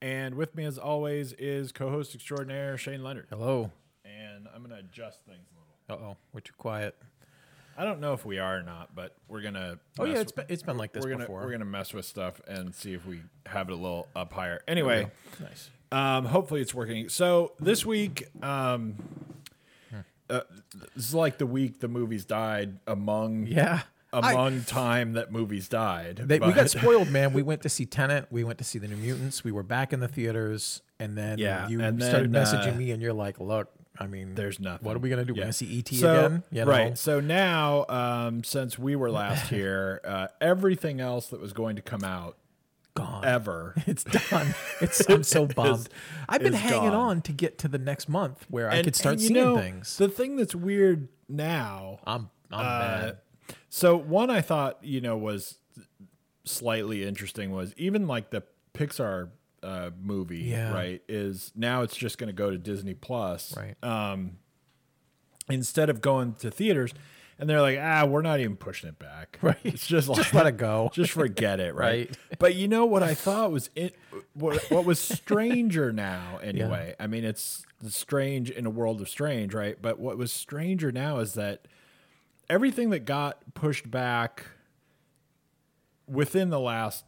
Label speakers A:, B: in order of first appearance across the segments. A: And with me, as always, is co host extraordinaire Shane Leonard.
B: Hello.
A: And I'm going to adjust things a little.
B: Uh oh, we're too quiet.
A: I don't know if we are or not, but we're going to.
B: Oh yeah, it's been it's been like this
A: we're gonna,
B: before.
A: We're going to mess with stuff and see if we have it a little up higher. Anyway,
B: nice.
A: um, hopefully it's working. So this week, um, uh, this is like the week the movies died among
B: Yeah. I-
A: among time that movies died.
B: They, we
A: but-
B: got spoiled, man. We went to see Tenant. We went to see The New Mutants. We were back in the theaters, and then
A: Yeah,
B: you
A: and
B: started
A: then,
B: messaging
A: uh,
B: me, and you're like, "Look, I mean,
A: There's nothing.
B: What are we gonna do?
A: Yeah.
B: We're gonna see ET
A: So-
B: again? You know?
A: Right. So now, um, since we were last here, uh, everything else that was going to come out
B: Gone.
A: ever.
B: It's done. It's I'm so bummed. I've been
A: is
B: hanging
A: gone.
B: on to get to the next month where I could start
A: you
B: seeing
A: know,
B: things.
A: The thing that's weird now.
B: I'm I'm
A: uh,
B: mad.
A: so one I thought you know was slightly interesting was even like the Pixar uh, movie,
B: Yeah.
A: right? Is now it's just going to go to Disney Plus,
B: Right.
A: Instead of going to theaters, and they're like, ah, we're not even pushing it back.
B: Right.
A: It's just like
B: Just let it go.
A: just forget it, right?
B: Right.
A: But you know what I thought was it, what, what was stranger now anyway. I mean, it's strange in a world of strange, right? But what was stranger now is that everything that got pushed back within the last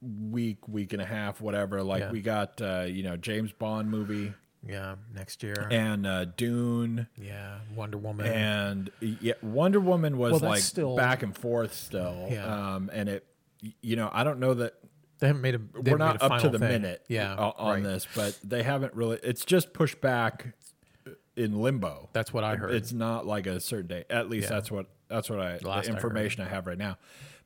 A: week, week and a half, whatever, like
B: Yeah.
A: we got uh, you know, James Bond movie
B: yeah, next year.
A: and uh Dune
B: yeah, Wonder Woman.
A: and yeah, Wonder Woman was
B: Well, that's
A: like
B: still-
A: back and forth still.
B: Yeah.
A: Um, and it, you know, I don't know that
B: They haven't made a. They
A: we're
B: haven't made
A: not up
B: a
A: to
B: final
A: the
B: thing.
A: minute Uh,
B: Yeah,
A: o- on
B: right.
A: this, but they haven't really, it's just pushed back in limbo.
B: That's what I heard.
A: It's not like a certain day. At least
B: Yeah.
A: that's what, that's what I,
B: Last
A: the
B: I heard.
A: information I have right now.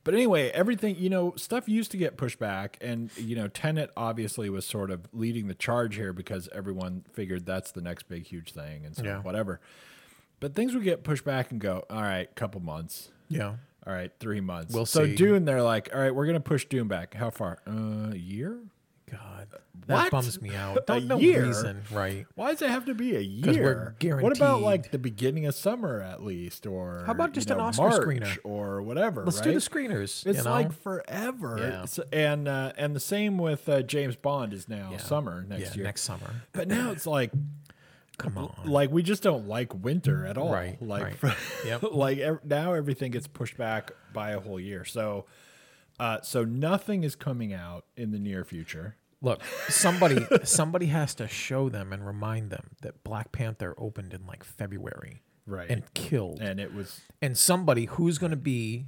A: But anyway, everything, you know, stuff used to get pushed back. And, you know, Tenet obviously was sort of leading the charge here because everyone figured that's the next big, huge thing. And so
B: Yeah.
A: whatever. But things would get pushed back and go, all right, couple months.
B: yeah,
A: All right, three months.
B: We'll
A: so
B: see.
A: Dune, they're like, all right, we're gonna push Dune back. How far? Uh, a year?
B: God,
A: What?
B: that bums me out. Don't
A: A
B: no
A: year?
B: reason, right?
A: Why does it have to be a
B: 'Cause
A: year?
B: we're
A: What about
B: guaranteed-
A: like the beginning of summer at least, or
B: How about
A: you
B: just an
A: know,
B: Oscar
A: March
B: screener?
A: or whatever?
B: Let's
A: right?
B: do the screeners.
A: It's
B: you know?
A: like forever.
B: Yeah.
A: It's- and uh, and the same with uh, James Bond is now
B: Yeah.
A: summer next
B: yeah,
A: year.
B: next summer.
A: but now it's like
B: Come on,
A: like we just don't like winter at all.
B: Right,
A: Like
B: right. Yep.
A: like ev- now everything gets pushed back by a whole year. So uh, so nothing is coming out in the near future.
B: look, somebody somebody has to show them and remind them that Black Panther opened in like February,
A: Right.
B: And killed,
A: And
B: and,
A: it was
B: somebody who's going to be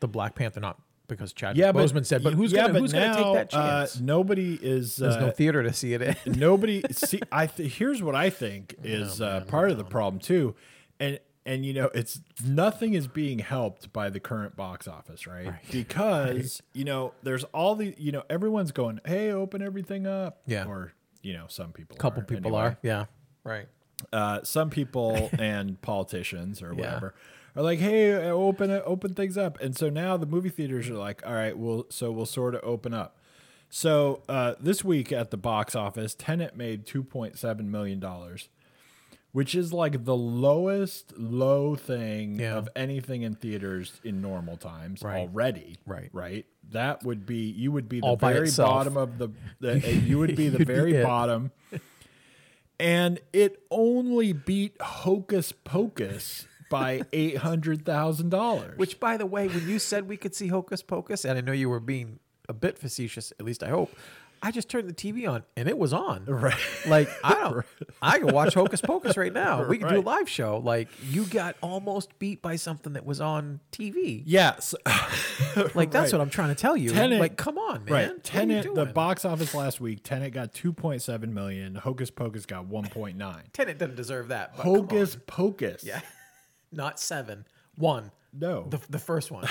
B: the Black Panther, not because Chad
A: yeah,
B: Boseman said, but who's
A: yeah,
B: going
A: but
B: to who's going to
A: now,
B: take that
A: uh,
B: chance?
A: nobody is
B: There's no
A: uh,
B: theater to see it in.
A: nobody see I th- here's what I think
B: Oh,
A: is uh, part of the problem too. And and you know, it's nothing is being helped by the current box office, right? Because, you know, there's all the you know, everyone's going, "Hey, open everything up."
B: Yeah.
A: Or, you know, some people
B: couple
A: are,
B: people
A: anyway.
B: are, yeah, right.
A: Uh, some people and politicians or whatever are like, "Hey, uh, open it, open things up." And so now the movie theaters are like, "All right, we'll so we'll sort of open up." So uh, this week at the box office, Tenet made two point seven million dollars, which is like the lowest low thing
B: Yeah.
A: of anything in theaters in normal times
B: Right.
A: already.
B: Right.
A: right. That would be you would be the
B: All by
A: very
B: itself.
A: bottom of the, the you would be the
B: You'd be
A: very
B: it.
A: bottom and it only beat Hocus Pocus by eight hundred thousand dollars.
B: Which, by the way, when you said we could see Hocus Pocus, and I know you were being a bit facetious, at least I hope, I just turned the TV on and it was on.
A: Right.
B: Like I don't, I can watch Hocus Pocus right now. We can do a
A: Right.
B: live show. Like you got almost beat by something that was on TV.
A: yes,
B: Like that's
A: Right.
B: what I'm trying to tell you.
A: Tenet-
B: like come on, man.
A: right. Tenant
B: What
A: the
B: are you doing?
A: box office last week. Tenant got two point seven million. Hocus Pocus got one point nine.
B: Tenet doesn't deserve that. But come on.
A: Hocus Pocus.
B: Yeah. Not seven. One.
A: No.
B: The the first one.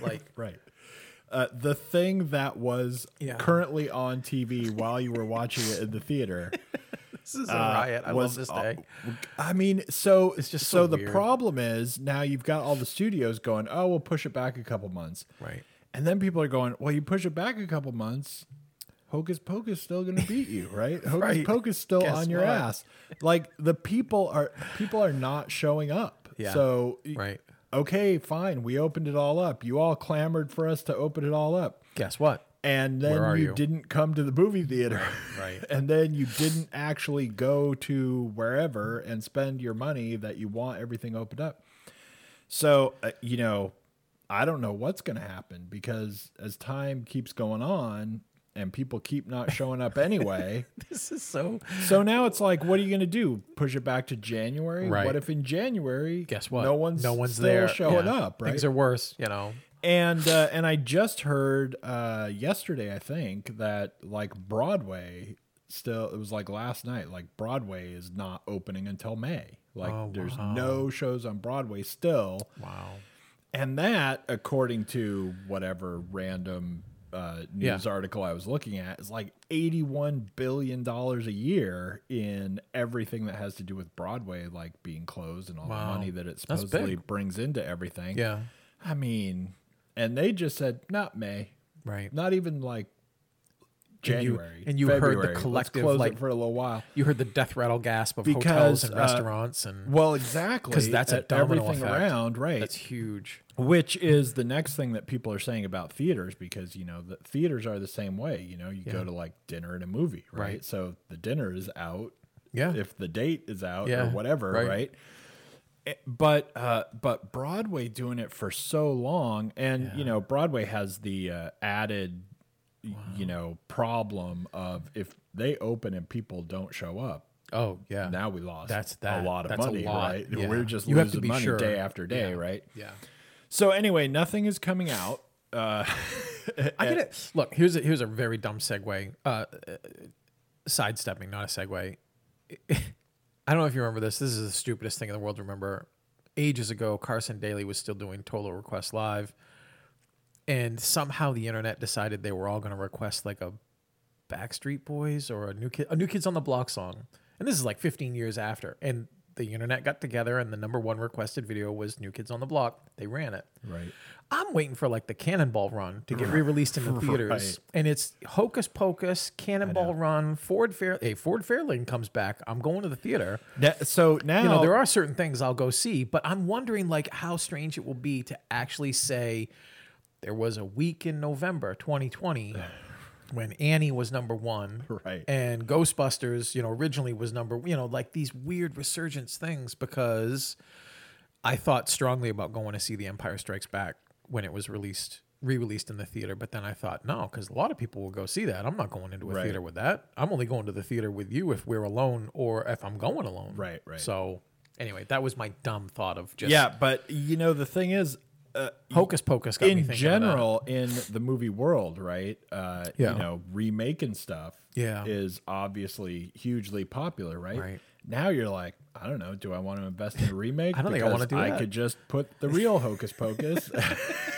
B: Like
A: Right. Uh, the thing that was
B: Yeah.
A: currently on TV while you were watching it in the theater
B: this is a
A: uh,
B: riot. I love
A: was
B: this
A: all-
B: day.
A: I mean, so it's
B: just
A: so,
B: so
A: the
B: weird.
A: problem is now you've got all the studios going, oh, we'll push it back a couple months,
B: Right.
A: and then people are going, well, you push it back a couple months, Hocus Pocus still going to beat you, right? Hocus
B: Right.
A: Pocus still
B: Guess
A: on your
B: what?
A: ass. Like the people are people are not showing up.
B: Yeah.
A: So y-
B: Right.
A: okay, fine, we opened it all up. You all clamored for us to open it all up.
B: Guess what?
A: And
B: Where
A: then
B: are
A: you,
B: you?
A: didn't come to the movie theater.
B: Right.
A: and then you didn't actually go to wherever and spend your money that you want everything opened up. So, uh, you know, I don't know what's going to happen because as time keeps going on and people keep not showing up anyway.
B: This is so.
A: so now it's like, what are you going to do? Push it back to January?
B: Right.
A: What if in January,
B: Guess what?
A: No one's,
B: no one's
A: still
B: there
A: showing
B: Yeah.
A: up, right?
B: Things are worse. You know.
A: and uh, and I just heard uh, yesterday, I think that like Broadway still it was like last night, like Broadway is not opening until May. Like
B: Oh,
A: there's
B: wow.
A: no shows on Broadway still,
B: Wow.
A: and that according to whatever random uh,
B: Yeah.
A: news article I was looking at is like eighty one billion dollars a year in everything that has to do with Broadway, like being closed and all
B: Wow.
A: the money that it
B: That's
A: supposedly brings into everything.
B: Yeah.
A: I mean, and they just said not May,
B: Right.
A: not even like
B: And you-
A: January.
B: and you heard the
A: February. Let's
B: collective,
A: close
B: like-
A: it for a little while.
B: You heard the death rattle gasp of
A: Because,
B: hotels and
A: uh,
B: restaurants, and
A: Well, exactly,
B: 'Cause that's a
A: at
B: domino
A: everything
B: effect.
A: around, right?
B: that's huge.
A: Which is the next thing that people are saying about theaters because you know the theaters are the same way. You know, you go to like dinner and a movie, right?
B: Right.
A: So the dinner is out
B: Yeah.
A: if the date is out or
B: Yeah,
A: whatever, right?
B: right.
A: Eh, But uh, but Broadway doing it for so long, and you know Broadway has the uh, added, y- you know, problem of if they open and people don't show up,
B: oh yeah.
A: now we lost
B: That's that-
A: a lot of
B: that's a
A: money,
B: lot,
A: right?
B: yeah.
A: We're just
B: You have
A: losing
B: to be
A: money
B: sure.
A: day after day,
B: Yeah.
A: right?
B: Yeah.
A: So anyway, nothing is coming out. Uh,
B: I get it. Look, here's a, here's a very dumb segue. Uh, uh, sidestepping, not a segue. I don't know if you remember this. This is the stupidest thing in the world to remember. Ages ago, Carson Daly was still doing Tolo Request Live, and somehow the internet decided they were all going to request like a Backstreet Boys or a new kid, a New Kids on the Block song. And this is like 15 years after. And the internet got together, and the number one requested video was New Kids on the Block. They ran it.
A: right.
B: I'm waiting for like the Cannonball Run to get re-released in the theaters,
A: Right.
B: and it's Hocus Pocus, Cannonball Run, Ford Fair. Hey, Ford Fairlane comes back. I'm going to the theater.
A: That, so now
B: You know, there are certain things I'll go see, but I'm wondering like how strange it will be to actually say there was a week in November 2020 when Annie was number one,
A: Right.
B: And Ghostbusters, you know, originally was number, you know, like these weird resurgence things because I thought strongly about going to see The Empire Strikes Back when it was released, re-released in the theater, but then I thought no, because a lot of people will go see that. I'm not going into a
A: Right.
B: theater with that. I'm only going to the theater with you if we're alone or if I'm going alone.
A: Right, right.
B: So anyway, that was my dumb thought of just
A: yeah, but you know the thing is, uh,
B: hocus pocus. Got me
A: in
B: thinking of
A: general in the movie world right uh
B: Yeah.
A: you know remaking stuff
B: Yeah.
A: is obviously hugely popular right?
B: Right.
A: now you're like i don't know do i want to invest in a remake
B: I don't think I
A: Because
B: wanna do
A: i
B: that.
A: could just put the real hocus pocus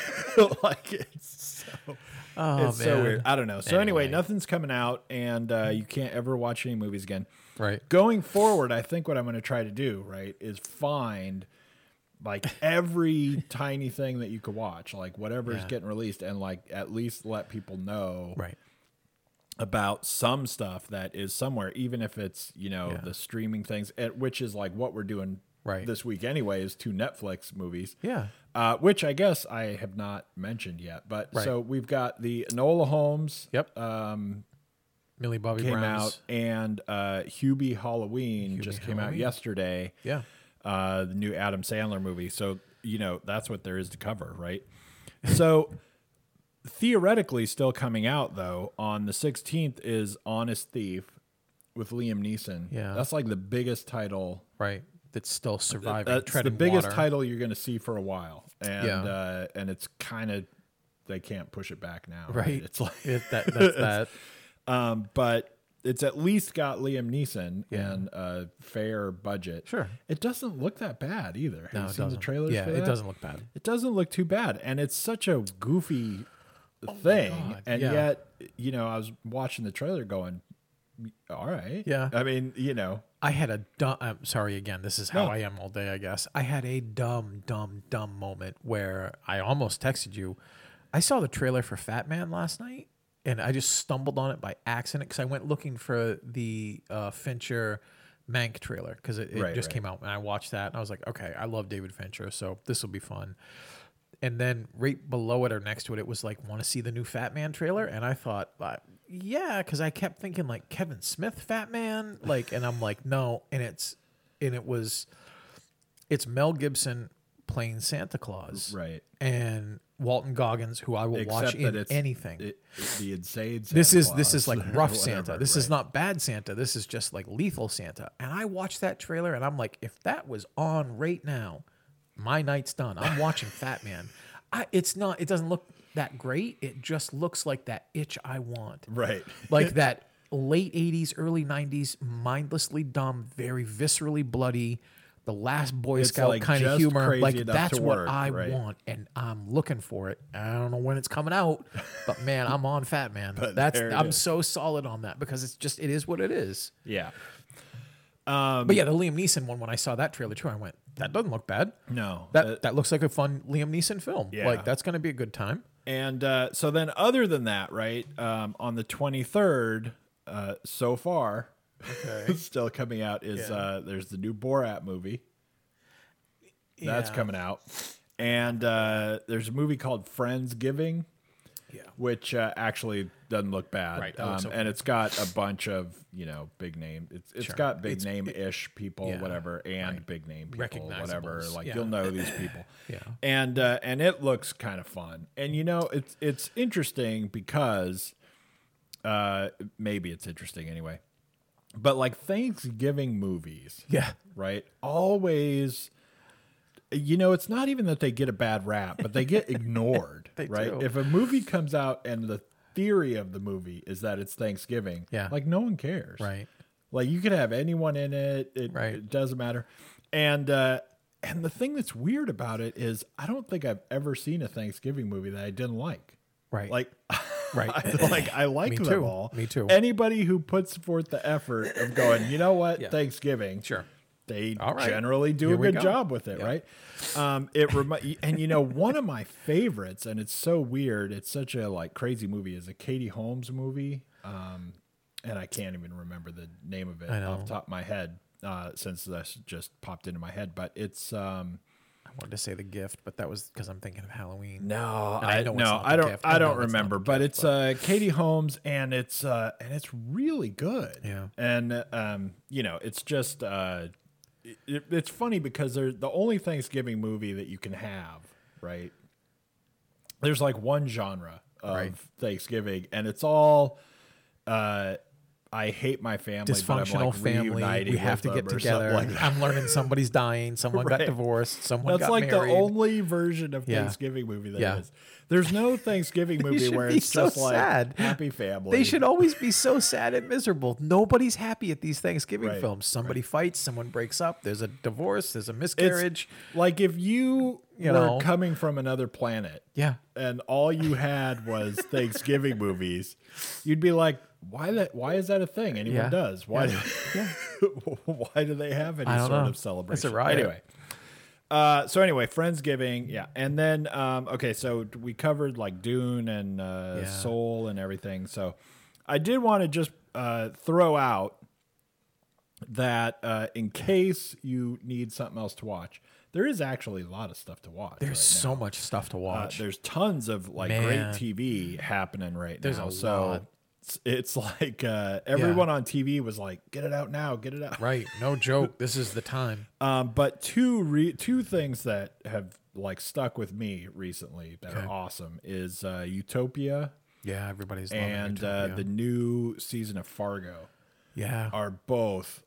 A: like it's so
B: that. oh
A: it's
B: man,
A: so weird i don't know so anyway,
B: Anyway.
A: nothing's coming out and uh you can't ever watch any movies again
B: right?
A: going forward, I think what I'm going to try to do, right, is find like every tiny thing that you could watch, like whatever's
B: Yeah.
A: getting released, and like at least let people know
B: Right.
A: about some stuff that is somewhere, even if it's, you know,
B: Yeah.
A: the streaming things, and- which is like what we're doing
B: Right.
A: this week anyway, is two Netflix movies.
B: Yeah.
A: Uh, which I guess I have not mentioned yet, but
B: Right.
A: so we've got the Enola Holmes
B: Yep. Um, Millie Bobby
A: came
B: Brown's.
A: out, and uh, Hubie Halloween just came out
B: Halloween.
A: yesterday.
B: Yeah.
A: uh, the new Adam Sandler movie. So, you know, that's what there is to cover, right? So, theoretically, still coming out though, on the 16th is Honest Thief with Liam Neeson.
B: Yeah.
A: That's like the biggest title.
B: Right. That's still surviving.
A: That's the
B: treading
A: biggest
B: water.
A: title you're going to see for a while. And,
B: Yeah.
A: uh, and it's kind of, they can't push it back now.
B: Right.
A: It's like,
B: If that, that's that.
A: um, but it's at least got Liam Neeson
B: Yeah.
A: and a fair budget.
B: Sure.
A: It doesn't look that bad either. Have
B: No,
A: you
B: it
A: seen
B: doesn't.
A: the trailers
B: Yeah,
A: for
B: it
A: that?
B: doesn't look bad.
A: it doesn't look too bad and it's such a goofy thing
B: Oh God,
A: and
B: yeah.
A: yet you know i was watching the trailer going all right.
B: Yeah.
A: I mean, you know,
B: I had a dumb. I'm sorry again. This is how
A: No.
B: I am all day, I guess. I had a dumb, dumb, dumb moment where I almost texted you. I saw the trailer for Fat Man last night, and I just stumbled on it by accident because I went looking for the uh, Fincher Mank trailer because it, it
A: Right,
B: just
A: right.
B: came out, and I watched that, and I was like, okay, I love David Fincher, so this will be fun. And then right below it or next to it, it was like, want to see the new Fat Man trailer? And I thought, uh, yeah, because I kept thinking like Kevin Smith Fat Man, like, and I'm like, no, and it's and it was, it's Mel Gibson playing Santa Claus,
A: right.
B: And Walton Goggins, who I will watch
A: Except that
B: in
A: it's
B: anything.
A: It, it's the insane.
B: this
A: Santa
B: is this is
A: Claus
B: like
A: or
B: rough
A: whatever,
B: Santa. This
A: right.
B: is not bad Santa. This is just like lethal Santa. And I watched that trailer and I'm like, if that was on right now, my night's done. I'm watching Fat Man. I, it's not. It doesn't look that great. It just looks like that itch I want,
A: right.
B: like that late '80s, early '90s, mindlessly dumb, very viscerally bloody. The last Boy Scout
A: like
B: kind of
A: just
B: humor,
A: crazy
B: like
A: enough
B: that's
A: to
B: what
A: work,
B: I
A: right.
B: want, and I'm looking for it. I don't know when it's coming out, but man, I'm on Fat Man. that's
A: there it
B: I'm
A: is.
B: so solid on that because it's just it is what it is.
A: Yeah. Um,
B: but yeah, the Liam Neeson one when I saw that trailer too, I went, that doesn't look bad.
A: No.
B: That that looks like a fun Liam Neeson film.
A: Yeah.
B: Like that's gonna be a good time.
A: And uh, so then, other than that, right um, on the twenty third, uh, so far, still coming out is
B: Yeah.
A: uh, there's the new Borat movie that's coming out, and uh, there's a movie called Friendsgiving,
B: Yeah.
A: which uh, actually doesn't look bad,
B: Right, that
A: Um,
B: looks okay.
A: and it's got a bunch of you know big name. It's it's got big
B: It's-
A: name ish people,
B: yeah,
A: whatever, and big name people, whatever.
B: Recognizables,
A: Like
B: yeah.
A: you'll know these people.
B: Yeah.
A: and uh, and it looks kind of fun. And you know, it's it's interesting because uh, maybe it's interesting anyway. But like Thanksgiving movies,
B: Yeah.
A: right? Always, you know, it's not even that they get a bad rap, but they get ignored,
B: They
A: right?
B: do.
A: If a movie comes out and the theory of the movie is that it's Thanksgiving,
B: Yeah.
A: like no one cares,
B: Right.
A: Like you could have anyone in it, it,
B: Right.
A: it doesn't matter. And uh, and the thing that's weird about it is, I don't think I've ever seen a Thanksgiving movie that I didn't like.
B: Right.
A: Like,
B: Right.
A: I, like I like
B: Me
A: them
B: too.
A: all.
B: Me too.
A: Anybody who puts forth the effort of going, you know what,
B: Yeah.
A: Thanksgiving,
B: Sure.
A: they
B: All right.
A: generally do
B: Here
A: a
B: we
A: good
B: go.
A: job with it,
B: Yeah.
A: right? Um, it remi- and you know one of my favorites, and it's so weird. It's such a like crazy movie. Is a Katie Holmes movie, um, and I can't even remember the name of it
B: I
A: off
B: know.
A: the top of my head uh, since this just popped into my head. But it's um,
B: I wanted to say the gift, but that was because I'm thinking of Halloween.
A: no,
B: And I
A: I,
B: know it's
A: no,
B: not
A: I
B: the
A: don't,
B: gift.
A: I
B: I know
A: don't
B: it's not
A: remember,
B: the
A: but it's uh, Katie Holmes, and it's uh, and it's really good.
B: Yeah.
A: and um, you know, it's just uh, it, it's funny because they're the only Thanksgiving movie that you can have, right? There's like one genre of
B: Right.
A: Thanksgiving, and it's all. Uh, I hate my family. but I'm
B: Dysfunctional
A: like
B: family.
A: reuniting
B: We have
A: with
B: to
A: them
B: get
A: or something
B: together.
A: Like that.
B: I'm learning somebody's dying. Someone
A: Right.
B: got divorced. Someone
A: That's
B: got
A: like
B: married.
A: the only version of
B: Yeah.
A: Thanksgiving movie there is.
B: Yeah.
A: There's no Thanksgiving movie
B: should
A: where
B: be
A: it's
B: so
A: just like
B: sad.
A: happy family.
B: They should always be so sad and miserable. Nobody's happy at these Thanksgiving
A: Right,
B: films. Somebody fights, someone breaks up, there's a divorce, there's a
A: It's
B: miscarriage.
A: Like if you,
B: You
A: were
B: know.
A: coming from another planet
B: yeah.
A: and all you had was Thanksgiving movies, you'd be like, why that? Why is that a thing anyone
B: Yeah.
A: does? Why?
B: Yeah.
A: why do they have any
B: I don't
A: sort of
B: know. It's a
A: celebration?
B: riot.
A: Anyway. Uh, so anyway, Friendsgiving, yeah, and then um, okay, so we covered like Dune and uh,
B: Yeah.
A: Soul and everything. So I did want to just uh, throw out that uh, in case you need something else to watch, there is actually a lot of stuff to watch.
B: There's
A: right
B: so much stuff to
A: now. Uh,
B: watch.
A: there's tons of like
B: Man.
A: great TV happening right
B: There's
A: now.
B: a
A: so
B: lot.
A: it's, it's like uh, everyone on TV was like, "Get it out now, get it out."
B: right. No joke. This is the time.
A: Um, but two re- two things that have like stuck with me recently that
B: Okay.
A: are awesome is uh, Utopia
B: Yeah, everybody's loving
A: and
B: it.
A: uh,
B: yeah.
A: the new season of Fargo
B: yeah.
A: are both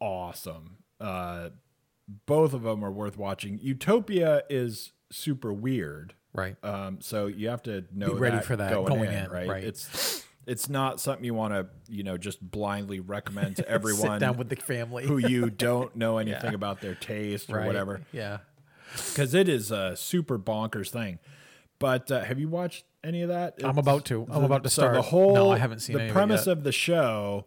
A: awesome. Uh, both of them are worth watching. Utopia is super weird,
B: right.
A: um, so you have to know
B: Be ready
A: that
B: for that
A: going,
B: going
A: in,
B: in,
A: right?
B: right.
A: It's it's not something you want to you know just blindly recommend to everyone
B: Sit down with the family.
A: who you don't know anything about their taste or
B: Right.
A: whatever
B: Yeah.
A: because it is a super bonkers thing. But uh, have you watched any of that?
B: I'm about to. I'm about to
A: So the
B: start.
A: whole
B: No, I haven't seen
A: the
B: any of it
A: premise
B: yet.
A: of the show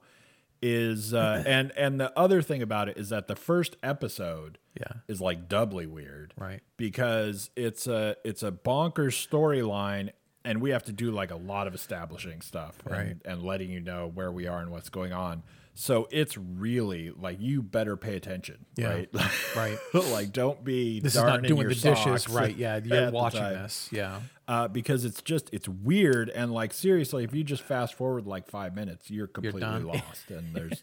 A: is uh, and and the other thing about it is that the first episode
B: Yeah.
A: is like doubly weird
B: Right.
A: because it's a it's a bonkers storyline and we have to do like a lot of establishing stuff and,
B: Right.
A: and letting you know where we are and what's going on so it's really like you better pay attention
B: Yeah.
A: right
B: Right.
A: like don't be
B: This is not
A: darning
B: doing
A: your
B: the dishes
A: socks
B: right. Yeah,
A: at
B: you're
A: the
B: watching
A: time
B: this. Yeah.
A: uh, because it's just it's weird and like seriously, if you just fast forward like five minutes, you're completely
B: done.
A: lost. And there's,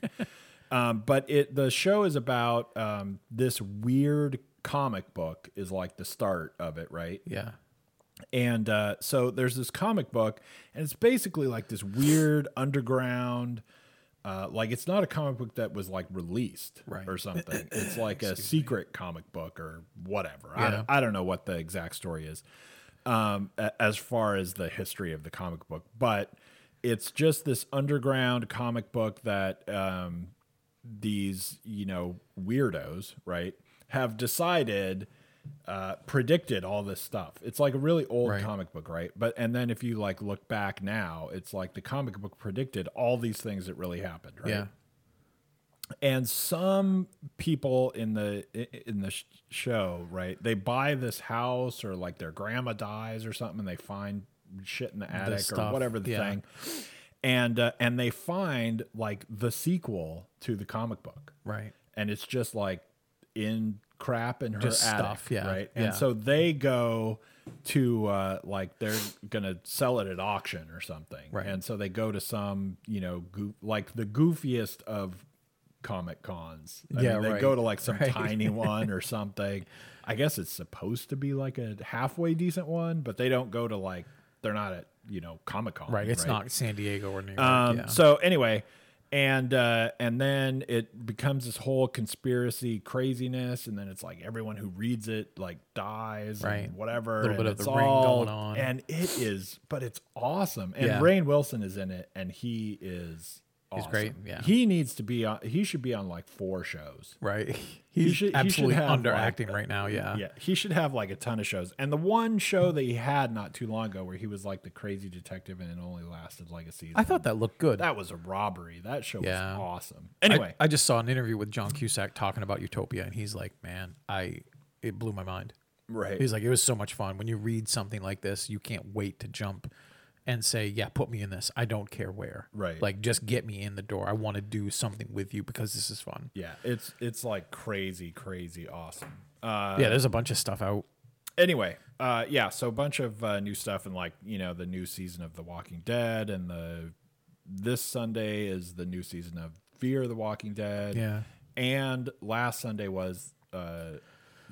A: um, but it the show is about um, this weird comic book is like the start of it, right?
B: Yeah.
A: And uh, so there's this comic book, and it's basically like this weird underground. Uh, like it's not a comic book that was like released
B: Right.
A: or something. It's like a secret comic book or whatever. I,
B: Yeah.
A: don't, I don't know what the exact story is, um, a- as far as the history of the comic book, but it's just this underground comic book that um, these you know weirdos right have decided uh, predicted all this stuff it's like a really old
B: Right.
A: comic book right but and then if you like look back now it's like the comic book predicted all these things that really happened right
B: Yeah.
A: and some people in the in the sh- show right they buy this house or like their grandma dies or something and they find shit in the attic or
B: stuff,
A: whatever the
B: yeah.
A: thing and uh, and they find like the sequel to the comic book
B: Right.
A: and it's just like in crap in her
B: Just
A: attic,
B: stuff, yeah,
A: right? And
B: yeah.
A: so they go to uh, like they're gonna sell it at auction or something,
B: Right.
A: And so they go to some you know goof, like the goofiest of comic cons. I
B: Yeah,
A: mean, they
B: right,
A: go to like some
B: right.
A: tiny one or something. I guess it's supposed to be like a halfway decent one, but they don't go to like they're not at you know comic con,
B: Right. It's not San Diego or New York.
A: um,
B: yeah.
A: So anyway, and uh, and then it becomes this whole conspiracy craziness, and then it's like everyone who reads it like dies,
B: Right.
A: And whatever.
B: Little
A: and
B: bit of
A: it's
B: The Ring
A: all-
B: going on.
A: and it is, but it's awesome. And
B: Yeah.
A: Rain Wilson is in it, and he is. Awesome.
B: great, yeah.
A: he needs to be on. He should be on like four shows.
B: right.
A: should- he
B: He's
A: should
B: absolutely
A: have, like,
B: underacting right now. Yeah.
A: Yeah, he should have like a ton of shows. And the one show that he had not too long ago, where he was like the crazy detective, and it only lasted like a season.
B: I thought that looked good.
A: That was a robbery. That show
B: Yeah.
A: was awesome.
B: I-
A: Anyway,
B: I, just saw an interview with John Cusack talking about Utopia, and he's like, "Man, I it blew my mind."
A: right.
B: He's like, "It was so much fun. When you read something like this, you can't wait to jump and say, "Yeah, put me in this. I don't care where."
A: Right.
B: Like just get me in the door. I want to do something with you because this is fun.
A: yeah, it's it's like crazy, crazy awesome. Uh,
B: yeah, there's a bunch of stuff out.
A: anyway, uh, yeah, so a bunch of uh, new stuff and like you know the new season of The Walking Dead and the this Sunday is the new season of Fear the Walking Dead.
B: Yeah.
A: and last Sunday was uh,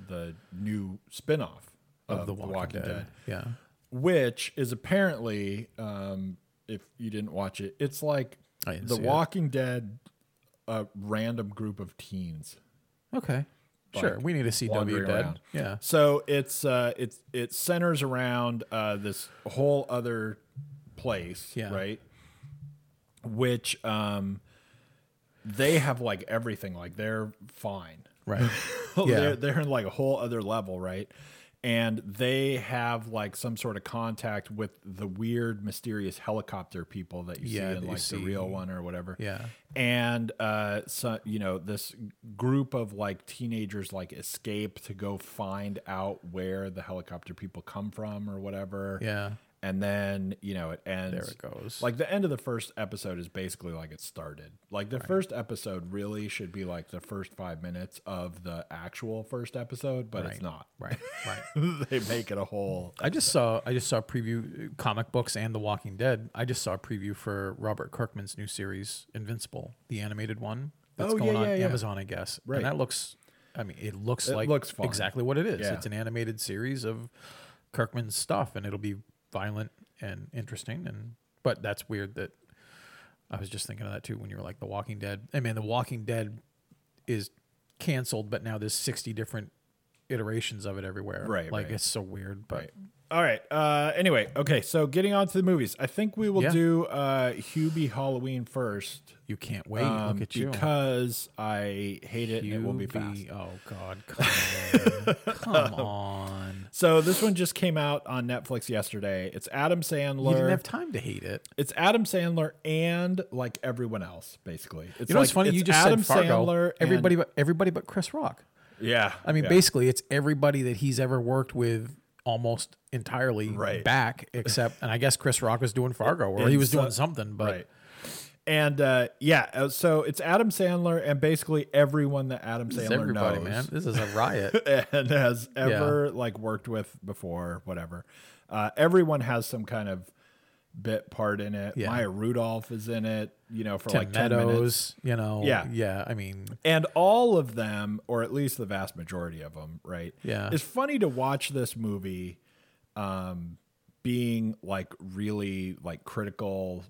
A: the new spinoff of, The Walking, Dead.
B: Yeah.
A: which is apparently, um, if you didn't watch it, it's like
B: I didn't
A: The
B: see it.
A: Walking Dead, a random group of teens.
B: Okay. sure. We need a CW
A: wandering
B: Dead.
A: around.
B: Yeah.
A: So it's uh, it's it centers around uh, this whole other place,
B: Yeah.
A: right? Which um, they have like everything, like they're fine.
B: Right.
A: Oh, they're, they're in like a whole other level, right? And they have like some sort of contact with the weird, mysterious helicopter people that you see
B: Yeah, that
A: in
B: you
A: like
B: see.
A: the real one or whatever.
B: Yeah.
A: And uh, so you know, this group of like teenagers like escape to go find out where the helicopter people come from or whatever.
B: yeah.
A: And then you know it ends.
B: There it goes.
A: Like the end of the first episode is basically like it started. Like the first episode really should be like the first five minutes of the actual first episode, but it's
B: Right.
A: not.
B: right. Right.
A: they make it a whole. e-,
B: I just saw I just saw a preview uh, comic books and The Walking Dead. I just saw a preview for Robert Kirkman's new series Invincible, the animated one that's
A: Oh,
B: going
A: yeah,
B: on
A: yeah, yeah.
B: Amazon, I guess.
A: Right.
B: And that looks I mean, it looks like
A: looks fun.
B: exactly what it is.
A: Yeah.
B: It's an animated series of Kirkman's stuff and it'll be violent and interesting and but that's weird that I was just thinking of that too when you were like The Walking Dead. I mean, The Walking Dead is canceled, but now there's 60 different iterations of it everywhere.
A: Right,
B: Like
A: right.
B: it's so weird, but
A: Right. All right. Uh, anyway, okay. So getting on to the movies, I think we will
B: Yeah.
A: do uh, Hubie Halloween first
B: You can't wait.
A: um,
B: Look at you.
A: because I hate it and it will be fast.
B: QB. Oh God, come on, come on.
A: So this one just came out on Netflix yesterday. It's Adam Sandler.
B: You didn't have time to hate it.
A: It's Adam Sandler and like everyone else, basically. It's
B: You know
A: like,
B: what's funny?
A: It's
B: You just
A: Adam
B: said Fargo.
A: Sandler. and-
B: everybody, but everybody but Chris Rock.
A: yeah.
B: I mean,
A: yeah.
B: basically, it's everybody that he's ever worked with almost entirely
A: Right.
B: back, except, and I guess Chris Rock was doing Fargo, or he
A: And
B: was
A: so-
B: doing something. But
A: Right. And uh, yeah, uh, so it's Adam Sandler and basically everyone that Adam
B: it's
A: Sandler
B: everybody,
A: knows
B: man, this is a riot.
A: and has ever like worked with before, whatever. Uh, everyone has some kind of bit part in it.
B: Yeah.
A: Maya Rudolph is in it, you know, for
B: Tim
A: like 10 minutes.
B: Meadows, you know,
A: Yeah.
B: yeah. I mean,
A: And all of them, or at least the vast majority of them, right?
B: Yeah.
A: It's funny to watch this movie um, being like really like critical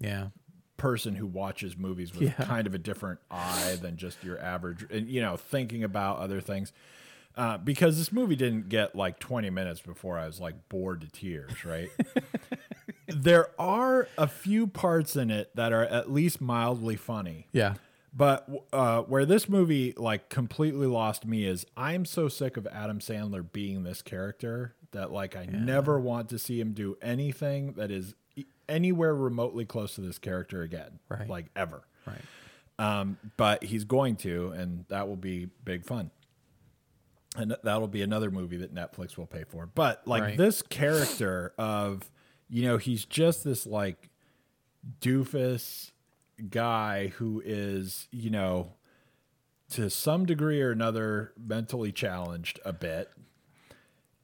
B: yeah,
A: person who watches movies with
B: Yeah.
A: kind of a different eye than just your average, and you know, thinking about other things. Uh, because this movie didn't get like 20 minutes before I was like bored to tears, right? there are a few parts in it that are at least mildly funny.
B: yeah.
A: But uh, where this movie like completely lost me is I'm so sick of Adam Sandler being this character that like I never want to see him do anything that is e- anywhere remotely close to this character again,
B: Right.
A: Like ever.
B: Right.
A: Um, but he's going to, and that will be big fun. And that'll be another movie that Netflix will pay for. But like
B: Right.
A: this character of, you know, he's just this like doofus guy who is, you know, to some degree or another mentally challenged a bit.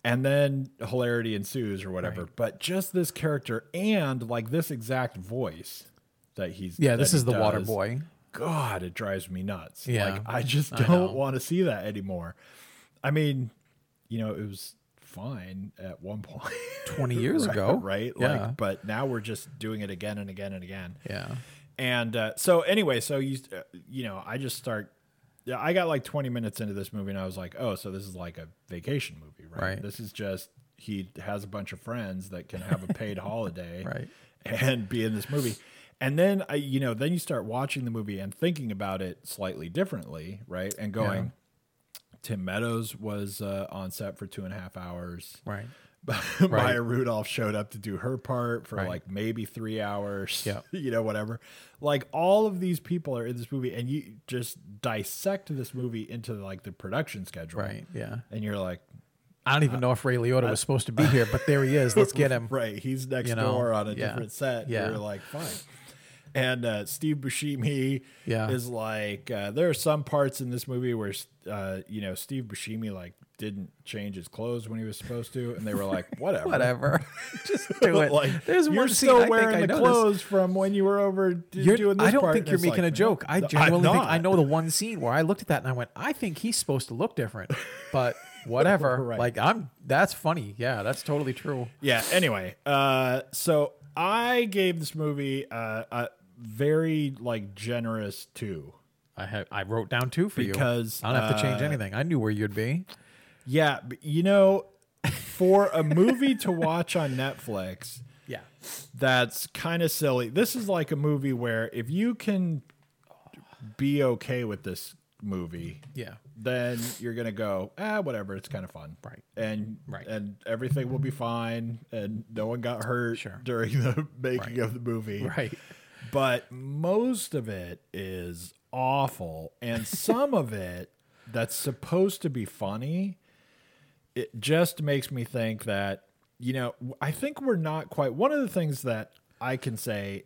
A: And then hilarity ensues or whatever. But just this character and like this exact voice that he's
B: Yeah,
A: that
B: this
A: he
B: is the water
A: does.
B: boy.
A: God, it drives me nuts.
B: Yeah,
A: like I just don't want to see that anymore. I mean, you know, it was fine at one point
B: 20 years
A: right,
B: ago.
A: right?
B: Yeah.
A: Like, but now we're just doing it again and again and again.
B: yeah.
A: And uh, so anyway, so you uh, you know, I just start. Yeah, I got like 20 minutes into this movie and I was like, oh, so this is like a vacation movie, right?
B: Right.
A: This is just he has a bunch of friends that can have a paid holiday,
B: Right.
A: and be in this movie. And then I, you know, then you start watching the movie and thinking about it slightly differently, right? And going, Tim Meadows was uh, on set for two and a half hours.
B: Right.
A: Maya Rudolph showed up to do her part for like maybe three hours,
B: Yeah.
A: you know, whatever. Like all of these people are in this movie, and you just dissect this movie into like the production schedule,
B: Right. Yeah.
A: And you're like,
B: I don't even know if Ray Liotta was supposed to be here, but there he is. Let's get him.
A: right, he's next
B: You know,
A: door on a
B: yeah.
A: different set.
B: Yeah.
A: You're like, fine. And uh, Steve Buscemi
B: Yeah.
A: is like, uh, there are some parts in this movie where, uh, you know, Steve Buscemi like didn't change his clothes when he was supposed to, and they were like, whatever.
B: Whatever. Just do it.
A: like
B: There's
A: you're
B: one scene
A: still
B: I think
A: wearing
B: I
A: the
B: noticed.
A: clothes from when you were over d-
B: You're-
A: doing this
B: I don't
A: part,
B: think
A: and
B: you're
A: it's
B: making
A: like,
B: a joke. I
A: no, I'm
B: genuinely think
A: not.
B: I know the one scene where I looked at that and I went, I think he's supposed to look different, but whatever.
A: Right.
B: Like I'm. That's funny. Yeah, that's totally true.
A: Yeah. Anyway, uh, so I gave this movie uh, a very like generous two.
B: I ha- I wrote down two for
A: Because,
B: you I don't have to change
A: uh,
B: anything. I knew where you'd be.
A: Yeah, but you know, for a movie to watch on Netflix,
B: Yeah.
A: that's kind of silly. This is like a movie where if you can be okay with this movie,
B: Yeah.
A: then you're gonna go ah whatever it's kind of fun
B: Right.
A: and
B: Right.
A: and everything will be fine and no one got hurt
B: Sure.
A: during the making of the movie
B: Right.
A: but most of it is awful and some of it that's supposed to be funny it just makes me think that you know i think we're not quite one of the things that i can say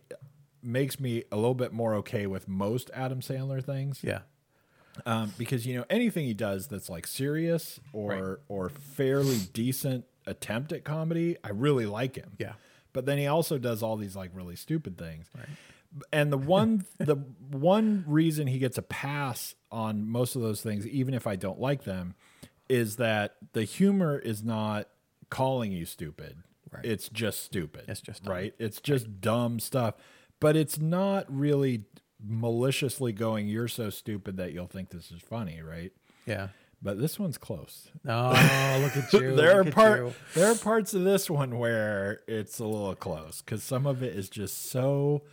A: makes me a little bit more okay with most adam sandler things
B: Yeah.
A: um, because you know anything he does that's like serious or
B: Right.
A: or fairly decent attempt at comedy, I really like him.
B: Yeah.
A: But then he also does all these like really stupid things. And the one the one reason he gets a pass on most of those things, even if I don't like them, is that the humor is not calling you stupid.
B: Right.
A: It's just stupid.
B: It's just dumb.
A: right. It's just dumb stuff, but it's not really maliciously going. You're so stupid that you'll think this is funny, right?
B: Yeah.
A: but this one's close.
B: Oh, look at you.
A: there
B: look
A: are
B: at
A: part
B: you.
A: there are parts of this one where it's a little close because some of it is just so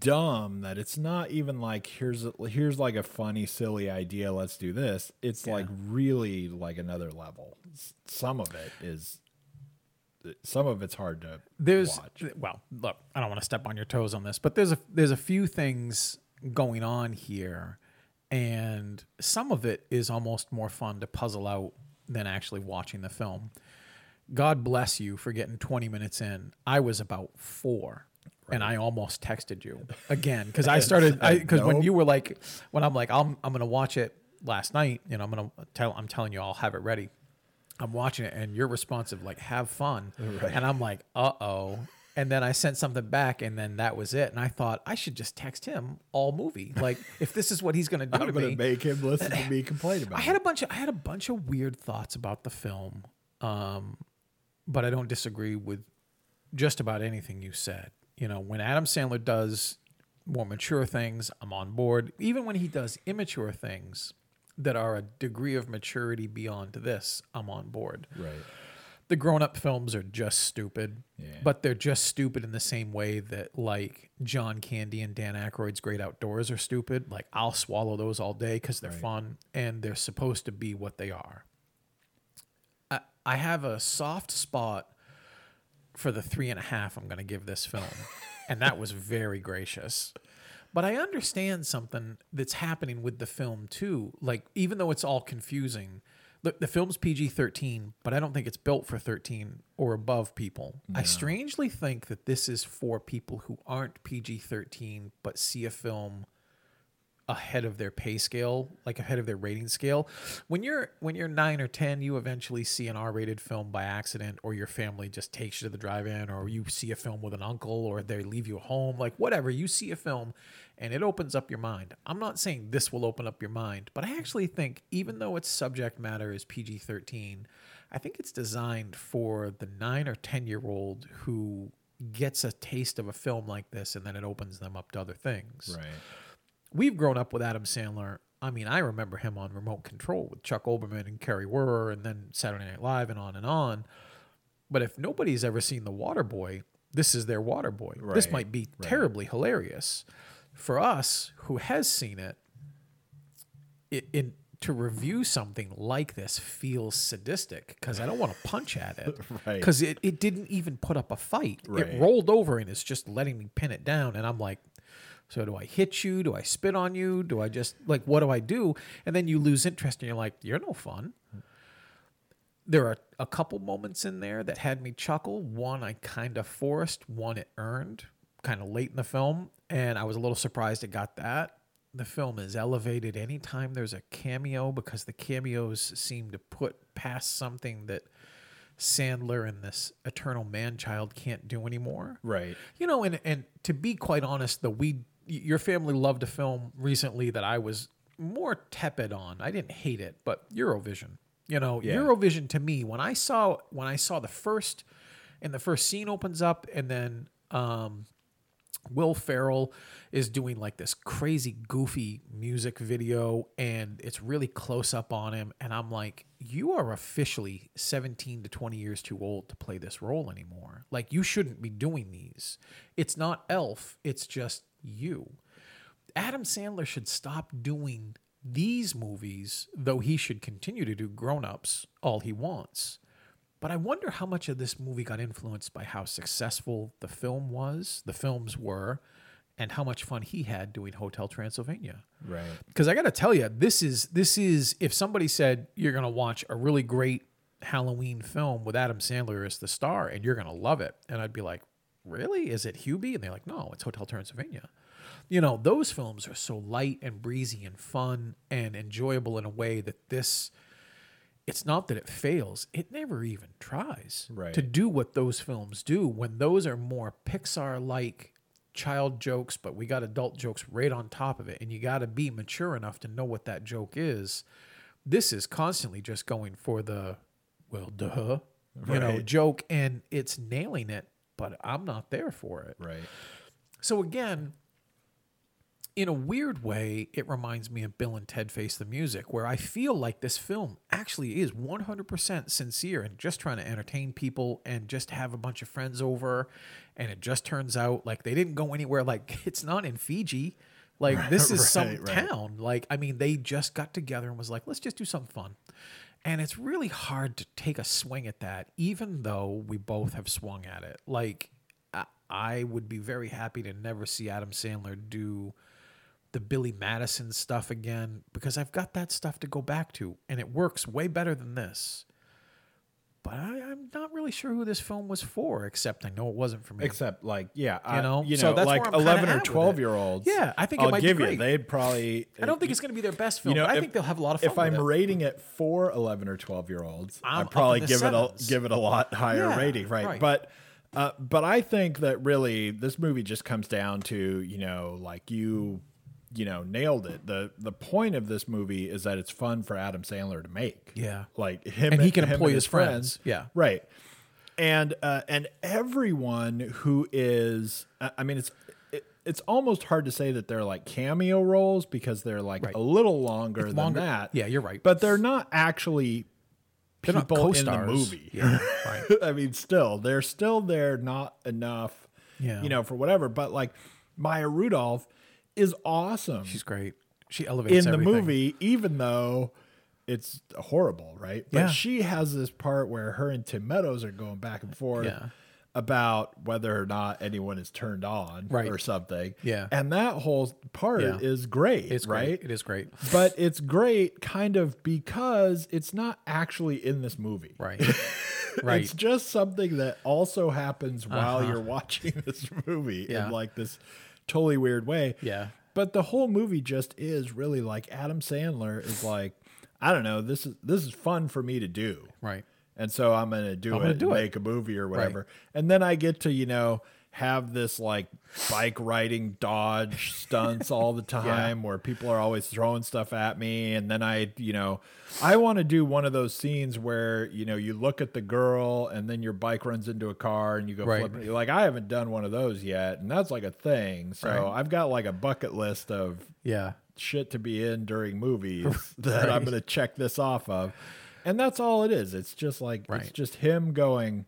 A: dumb that it's not even like here's a, here's like a funny silly idea let's do this it's like really like another level S- some of it is some of it's hard to
B: There's
A: watch
B: th- well, look, I don't want to step on your toes on this, but there's a there's a few things going on here, and some of it is almost more fun to puzzle out than actually watching the film. God bless you for getting 20 minutes in. I was about four. And I almost texted you again because I started because when
A: Nope.
B: you were like when I'm like I'm I'm gonna watch it last night you know I'm gonna tell I'm telling you I'll have it ready I'm watching it and your response of like have fun and I'm like uh oh and then I sent something back and then that was it and I thought I should just text him all movie like if this is what he's gonna do
A: i'm
B: to
A: gonna
B: me
A: make him listen to me complain about
B: I had a bunch of I had a bunch of weird thoughts about the film, um, but I don't disagree with just about anything you said. You know, when Adam Sandler does more mature things, I'm on board. Even when he does immature things that are a degree of maturity beyond this, I'm on board.
A: it right
B: The grown-up films are just stupid,
A: Yeah.
B: but they're just stupid in the same way that like John Candy and Dan Aykroyd's Great Outdoors are stupid. Like I'll swallow those all day because they're fun and they're supposed to be what they are. I, I have a soft spot for the three and a half I'm going to give this film, and that was very gracious. But I understand something that's happening with the film too. Like even though it's all confusing, the, the film's PG thirteen, but I don't think it's built for thirteen or above people. I strangely think that this is for people who aren't PG thirteen but see a film ahead of their pay scale, like ahead of their rating scale. When you're when you're nine or ten, you eventually see an R-rated film by accident, or your family just takes you to the drive-in, or you see a film with an uncle, or they leave you home, like whatever. You see a film, and it opens up your mind. I'm not saying this will open up your mind, but I actually think even though its subject matter is PG-13, I think it's designed for the nine or ten year old who gets a taste of a film like this, and then it opens them up to other things
A: right
B: we've grown up with Adam Sandler. I mean, I remember him on Remote Control with Chuck Olbermann and Kerry Werrer, and then Saturday Night Live, and on and on. But if nobody's ever seen The Waterboy, this is their Waterboy. This
A: Right,
B: might be terribly hilarious for us who has seen it. It, it to review something like this feels sadistic because I don't want to punch at it
A: Right.
B: because it, it didn't even put up a fight.
A: Right.
B: It rolled over and it's just letting me pin it down. And I'm like, so do I hit you? Do I spit on you? Do I just like what do I do? And then you lose interest and you're like, you're no fun. There are a couple moments in there that had me chuckle. One I kind of forced, one it earned, kind of late in the film, and I was a little surprised it got that. The film is elevated anytime there's a cameo because the cameos seem to put past something that Sandler and this eternal man child can't do anymore.
A: right
B: You know, and and to be quite honest, though, we your family loved a film recently that I was more tepid on. I didn't hate it, but Eurovision. You know, Eurovision to me when I saw when I saw the first and the first scene opens up and then um Will Ferrell is doing like this crazy goofy music video and it's really close up on him and I'm like you are officially 17 to 20 years too old to play this role anymore. Like you shouldn't be doing these. It's not Elf, it's just you. Adam Sandler should stop doing these movies though he should continue to do grown-ups all he wants. But I wonder how much of this movie got influenced by how successful the film was, the films were, and how much fun he had doing Hotel Transylvania.
A: right
B: Because I got to tell you, this is this is if somebody said you're going to watch a really great Halloween film with Adam Sandler as the star and you're going to love it, and I'd be like, really? Is it Hubie? And they're like, no, it's Hotel Transylvania. You know, those films are so light and breezy and fun and enjoyable in a way that this it's not that it fails it never even tries
A: Right.
B: to do what those films do when those are more pixar like child jokes but we got adult jokes right on top of it and you got to be mature enough to know what that joke is this is constantly just going for the well duh you know
A: Right.
B: joke and it's nailing it but i'm not there for it
A: right
B: so again, in a weird way, it reminds me of Bill and Ted Face the Music, where I feel like this film actually is 100% sincere and just trying to entertain people and just have a bunch of friends over. And it just turns out like they didn't go anywhere. Like it's not in Fiji. Like this is some
A: Right, right.
B: town. Like, I mean, they just got together and was like, let's just do something fun. And it's really hard to take a swing at that, even though we both have swung at it. Like, I- I would be very happy to never see Adam Sandler do the Billy Madison stuff again because I've got that stuff to go back to, and it works way better than this. But I, I'm not really sure who this film was for, except I know it wasn't for me.
A: Except like yeah,
B: You
A: I,
B: know?
A: you know,
B: So that's
A: like
B: where I'm kinda
A: eleven
B: at
A: or
B: with it.
A: twelve year olds.
B: Yeah, I think it
A: I'll
B: might be
A: give
B: great.
A: you. They'd probably.
B: I don't think it's going to be their best film.
A: eh, You know,
B: but I
A: if-
B: think they'll have a lot of fun.
A: If I'm
B: with it.
A: rating it for 11 or 12 year olds,
B: I'm up
A: I'd
B: in
A: probably
B: the
A: give it
B: sevens.
A: a give it a lot higher
B: Yeah,
A: rating, right?
B: right.
A: But uh, but I think that really this movie just comes down to you know like you you know nailed it. the The point of this movie is that it's fun for Adam Sandler to make.
B: Yeah.
A: like him
B: And he can
A: him
B: employ
A: his
B: his friends. Yeah.
A: right. And uh, and everyone who is, I I mean, it's it, it's almost hard to say that they're like cameo roles because they're like a little longer than
B: longer-
A: that.
B: yeah, you're right.
A: But they're not actually
B: They're not
A: people in the
B: co-stars.
A: movie.
B: Yeah, right.
A: I mean, still, they're still there, not enough,
B: Yeah.
A: you know, for whatever. But like Maya Rudolph is awesome
B: She's great. She elevates
A: in the
B: everything.
A: movie, even though it's horrible, right? But
B: Yeah.
A: she has this part where her and Tim Meadows are going back and forth
B: Yeah.
A: about whether or not anyone is turned on
B: Right.
A: or something.
B: Yeah.
A: And that whole part
B: Yeah.
A: is great,
B: It's great.
A: right?
B: It is great.
A: But it's great kind of because it's not actually in this movie.
B: Right. Right. Uh-huh.
A: It's just something that also happens while you're watching this movie
B: Yeah.
A: in like this totally weird way.
B: Yeah.
A: But the whole movie just is really like Adam Sandler is like, I don't know, this is this is fun for me to do.
B: right.
A: And so I'm gonna do it
B: gonna
A: and
B: do it.
A: make a movie or whatever. And then I get to, you know, have this like bike riding dodge stunts all the time where people are always throwing stuff at me. And then I, you know, I want to do one of those scenes where, you know, you look at the girl and then your bike runs into a car and you go
B: Right.
A: flipping. You're Like I haven't done one of those yet. And that's like a thing. So I've got like a bucket list of
B: Yeah.
A: shit to be in during movies that I'm going to check this off of. And that's all it is. It's just like it's
B: Right.
A: just him going,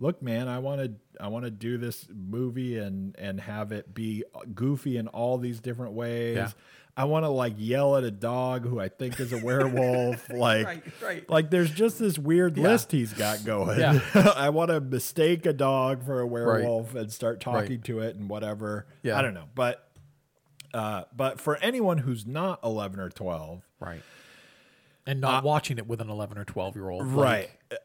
A: "Look, man, I want to I want to do this movie and and have it be goofy in all these different ways.
B: Yeah.
A: I want to like yell at a dog who I think is a werewolf like
B: Right, right.
A: like there's just this weird list he's got going.
B: Yeah.
A: I want to mistake a dog for a werewolf and start talking to it and whatever.
B: Yeah.
A: I don't know, but uh, but for anyone who's not 11 or 12,
B: Right. And not
A: Uh,
B: watching it with an 11 or 12 year old.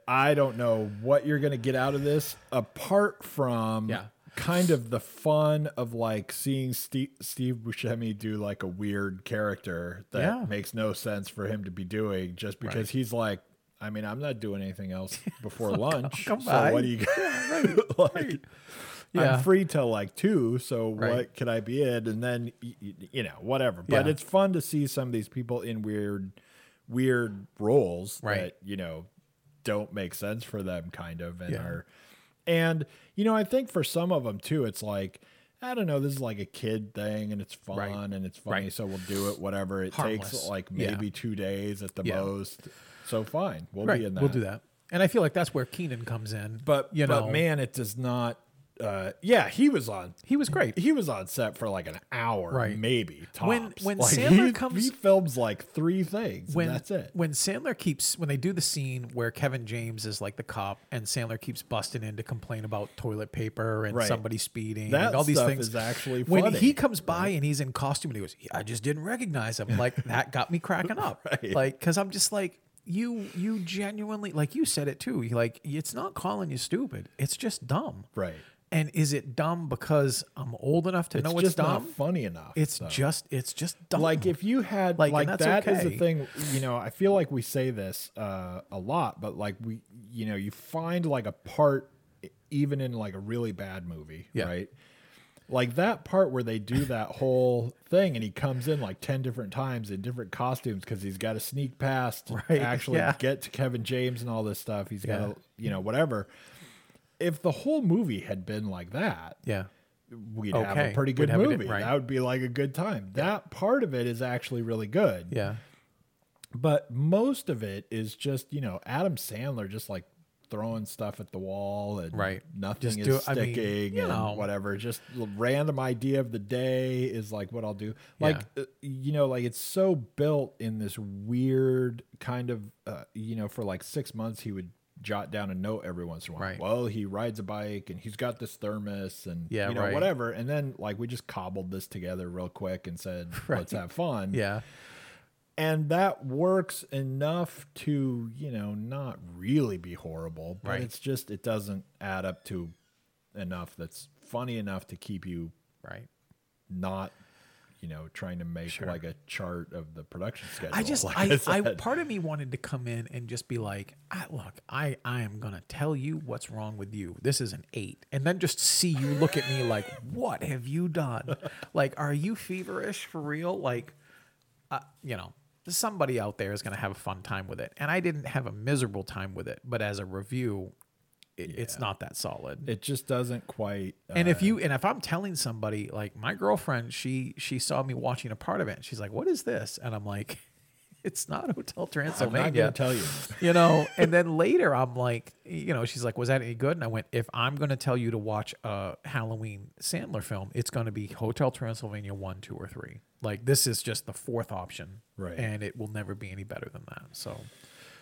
A: I don't know what you're going to get out of this apart from
B: Yeah.
A: kind of the fun of like seeing Steve, Steve Buscemi do like a weird character that
B: Yeah.
A: makes no sense for him to be doing just because he's like, I mean, I'm not doing anything else before lunch.
B: oh, come
A: so
B: by.
A: what do you like,
B: Yeah.
A: I'm free till like two, so
B: Right.
A: what can I be in? And then y- y- you know, whatever. But
B: Yeah.
A: it's fun to see some of these people in weird, weird roles
B: Right.
A: that you know don't make sense for them, kind of, and
B: Yeah.
A: are. And you know, I think for some of them too, it's like I don't know. This is like a kid thing, and it's fun,
B: Right.
A: and it's funny,
B: Right.
A: so we'll do it. Whatever it takes,
B: Harmless.
A: like
B: Yeah.
A: maybe two days at the
B: Yeah.
A: most. So fine, we'll
B: Right.
A: be in that.
B: We'll do that. And I feel like that's where Keenan comes in.
A: But
B: you know,
A: but man, it does not. Uh, yeah, he was on
B: he was great.
A: he was on set for like an hour,
B: Right.
A: maybe tops.
B: When- when
A: Like,
B: Sandler
A: he,
B: comes-
A: he films like three things.
B: when
A: and that's it.
B: When Sandler keeps when they do the scene where Kevin James is like the cop and Sandler keeps busting in to complain about toilet paper and
A: Right.
B: somebody speeding
A: That
B: and all these
A: stuff
B: things
A: is actually
B: when
A: funny,
B: he comes by and he's in costume and he goes, I just didn't recognize him. Like that got me cracking up. Like because I'm just like you you genuinely like you said it too. You Like it's not calling you stupid. It's just dumb.
A: Right.
B: And is it dumb because I'm old enough to know
A: it's
B: it's
A: just
B: dumb?
A: not funny enough.
B: It's
A: though.
B: just it's just dumb.
A: like if you had
B: Like,
A: like,
B: and that's
A: that is
B: okay.
A: the thing. You know, I feel like we say this uh, a lot, but like we, you know, you find like a part e, even in like a really bad movie,
B: Yeah.
A: right? Like that part where they do that whole thing, and he comes in like ten different times in different costumes because he's got to sneak past,
B: Right,
A: actually
B: yeah.
A: get to Kevin James and all this stuff. He's got
B: Yeah.
A: to, you know, whatever. If the whole movie had been like that,
B: yeah.
A: we'd have a
B: Okay,
A: pretty
B: we'd
A: good
B: have a good-
A: movie.
B: right.
A: That would be like a good time. That part of it is actually really good.
B: Yeah.
A: But most of it is just, you know, Adam Sandler just like throwing stuff at the wall and
B: Right.
A: nothing
B: Just
A: is
B: do- I mean,
A: sticking
B: you
A: and
B: know.
A: whatever. Just the random idea of the day is like what I'll do. Like, uh, you know, like it's so built in this weird kind of, uh, you know, for like six months, he would jot down a note every once in a while.
B: Right.
A: Well, he rides a bike and he's got this thermos and,
B: Yeah,
A: you know,
B: right.
A: whatever. And then like we just cobbled this together real quick and said, let's have fun
B: Yeah.
A: and that works enough to you know not really be horrible but
B: Right.
A: it's just it doesn't add up to enough that's funny enough to keep you
B: Right.
A: not you know trying to make like a chart of the production schedule
B: I just,
A: like
B: I, I,
A: said.
B: part of me wanted to come in and just be like, I, look, I, I am going to tell you what's wrong with you. This is an eight. And then just see you look at me like, what have you done? Like, are you feverish for real? Like, uh, you know, somebody out there is going to have a fun time with it. And I didn't have a miserable time with it. But as a review, it, it's not that solid.
A: it just doesn't quite uh,
B: And if you and if I'm telling somebody like my girlfriend, she she saw me watching a part of it. And she's like, "What is this?" And I'm like, "It's not Hotel
A: i'm not
B: Transylvania."
A: gonna tell you
B: you know, and then later I'm like, you know, she's like, "Was that any good?" And I went, "If I'm going to tell you to watch a Halloween Sandler film, it's going to be Hotel Transylvania 1, 2 or 3. Like this is just the fourth option."
A: Right.
B: And it will never be any better than that. So,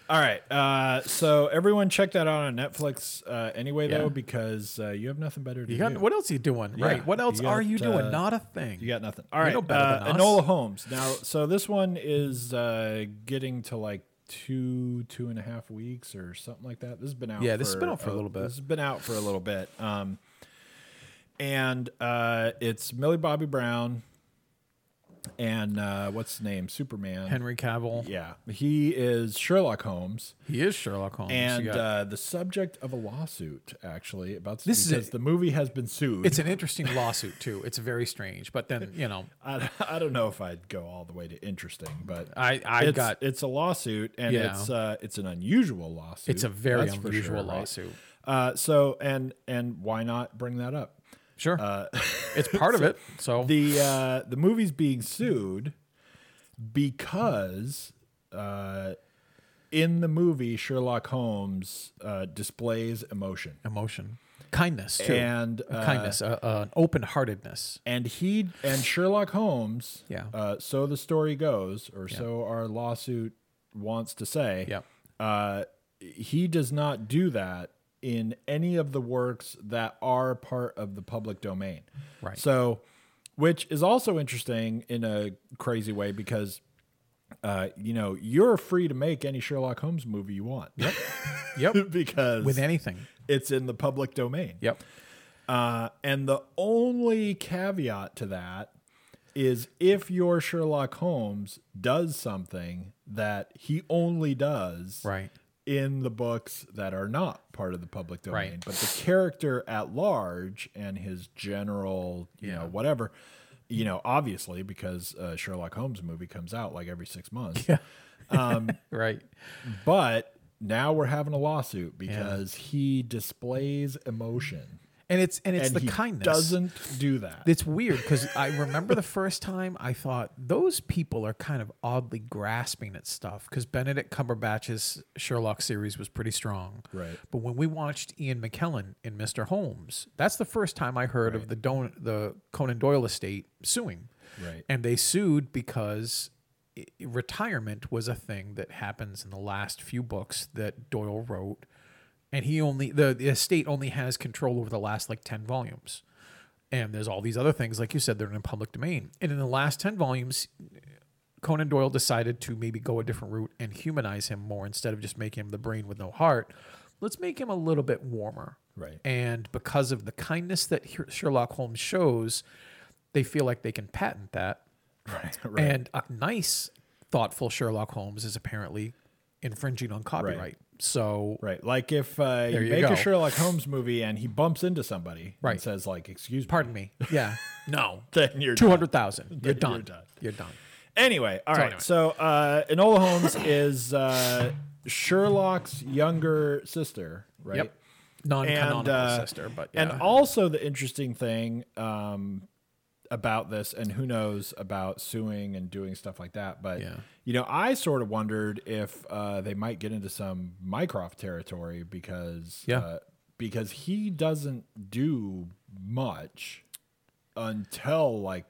A: all right uh, so everyone check that out on netflix uh, anyway
B: Yeah.
A: though because uh, you have nothing better to
B: you got
A: do
B: what else are you doing? Right. What else
A: you
B: are
A: got,
B: you doing?
A: uh,
B: Not a thing.
A: You got nothing. All right.
B: know better
A: uh,
B: than us.
A: Enola Holmes. Now, so this one is uh, getting to like two, two and a half weeks or something like that. This has been out.
B: Yeah, this has been out for a little bit.
A: This has been out for a little bit. Um, and uh, it's Millie Bobby Brown and uh, what's his name? Superman.
B: Henry Cavill.
A: Yeah, he is Sherlock Holmes,
B: He is Sherlock Holmes. You
A: and
B: got-
A: uh, the subject of a lawsuit actually about
B: This is
A: because
B: a-
A: the movie has been sued.
B: It's an interesting lawsuit too. It's very strange, but then you know,
A: I, I don't know if I'd go all the way to interesting, but
B: I I
A: it's,
B: got
A: it's a lawsuit and
B: Yeah.
A: it's uh, it's an unusual lawsuit.
B: it's a very
A: that's for
B: unusual
A: sure, right?
B: lawsuit.
A: Uh, so and and why not bring that up?
B: Sure, it's part of it. So
A: Uh, The uh, the movie's being sued because uh, in the movie Sherlock Holmes uh, displays emotion
B: emotion, kindness too,
A: and
B: A
A: uh,
B: kindness, uh, uh, an open heartedness.
A: and he and Sherlock Holmes.
B: Yeah.
A: Uh, so the story goes, or so our lawsuit wants to say.
B: Yep.
A: Uh, he does not do that in any of the works that are part of the public domain.
B: Right.
A: So, which is also interesting in a crazy way because. Uh, you know, you're free to make any Sherlock Holmes movie you want
B: Yep,
A: because
B: with anything.
A: it's in the public domain.
B: Yep,
A: Uh, and the only caveat to that is if your Sherlock Holmes does something that he only does
B: right.
A: in the books that are not part of the public domain,
B: Right.
A: but the character at large and his general, you know, whatever, you know, obviously because uh, Sherlock Holmes movie comes out like every six months,
B: Right.
A: but now we're having a lawsuit because he displays emotion.
B: And it's and it's
A: And
B: the
A: he
B: kindness.
A: doesn't do that.
B: It's weird because I remember the first time I thought those people are kind of oddly grasping at stuff because Benedict Cumberbatch's Sherlock series was pretty strong.
A: Right.
B: But when we watched Ian McKellen in Mr. Holmes, that's the first time I heard of the Don- the Conan Doyle estate suing.
A: Right.
B: And they sued because i- retirement was a thing that happens in the last few books that Doyle wrote. And he only, the, the estate only has control over the last like 10 volumes. And there's all these other things, like you said, they're in the public domain. And in the last 10 volumes, Conan Doyle decided to maybe go a different route and humanize him more instead of just making him the brain with no heart. Let's make him a little bit warmer.
A: Right.
B: And because of the kindness that Her- Sherlock Holmes shows, they feel like they can patent that.
A: Right.
B: And a nice, thoughtful Sherlock Holmes is apparently infringing on copyright. So,
A: Right. Like if uh, you
B: you
A: make
B: go.
A: a Sherlock Holmes movie and he bumps into somebody and
B: Right.
A: says like, "Excuse me,"
B: pardon me. Yeah. No.
A: then you're done.
B: 200,000. You're
A: Then you're
B: done.
A: done.
B: You're done.
A: Anyway, all right.
B: anyway.
A: So uh, Enola Holmes is uh, Sherlock's younger sister, right?
B: Yep. non-canonical
A: And, uh,
B: sister, but yeah.
A: And also, the interesting thing um, about this, and who knows about suing and doing stuff like that, but
B: Yeah.
A: you know, I sort of wondered if uh, they might get into some Mycroft territory because
B: Yeah.
A: uh, because he doesn't do much until like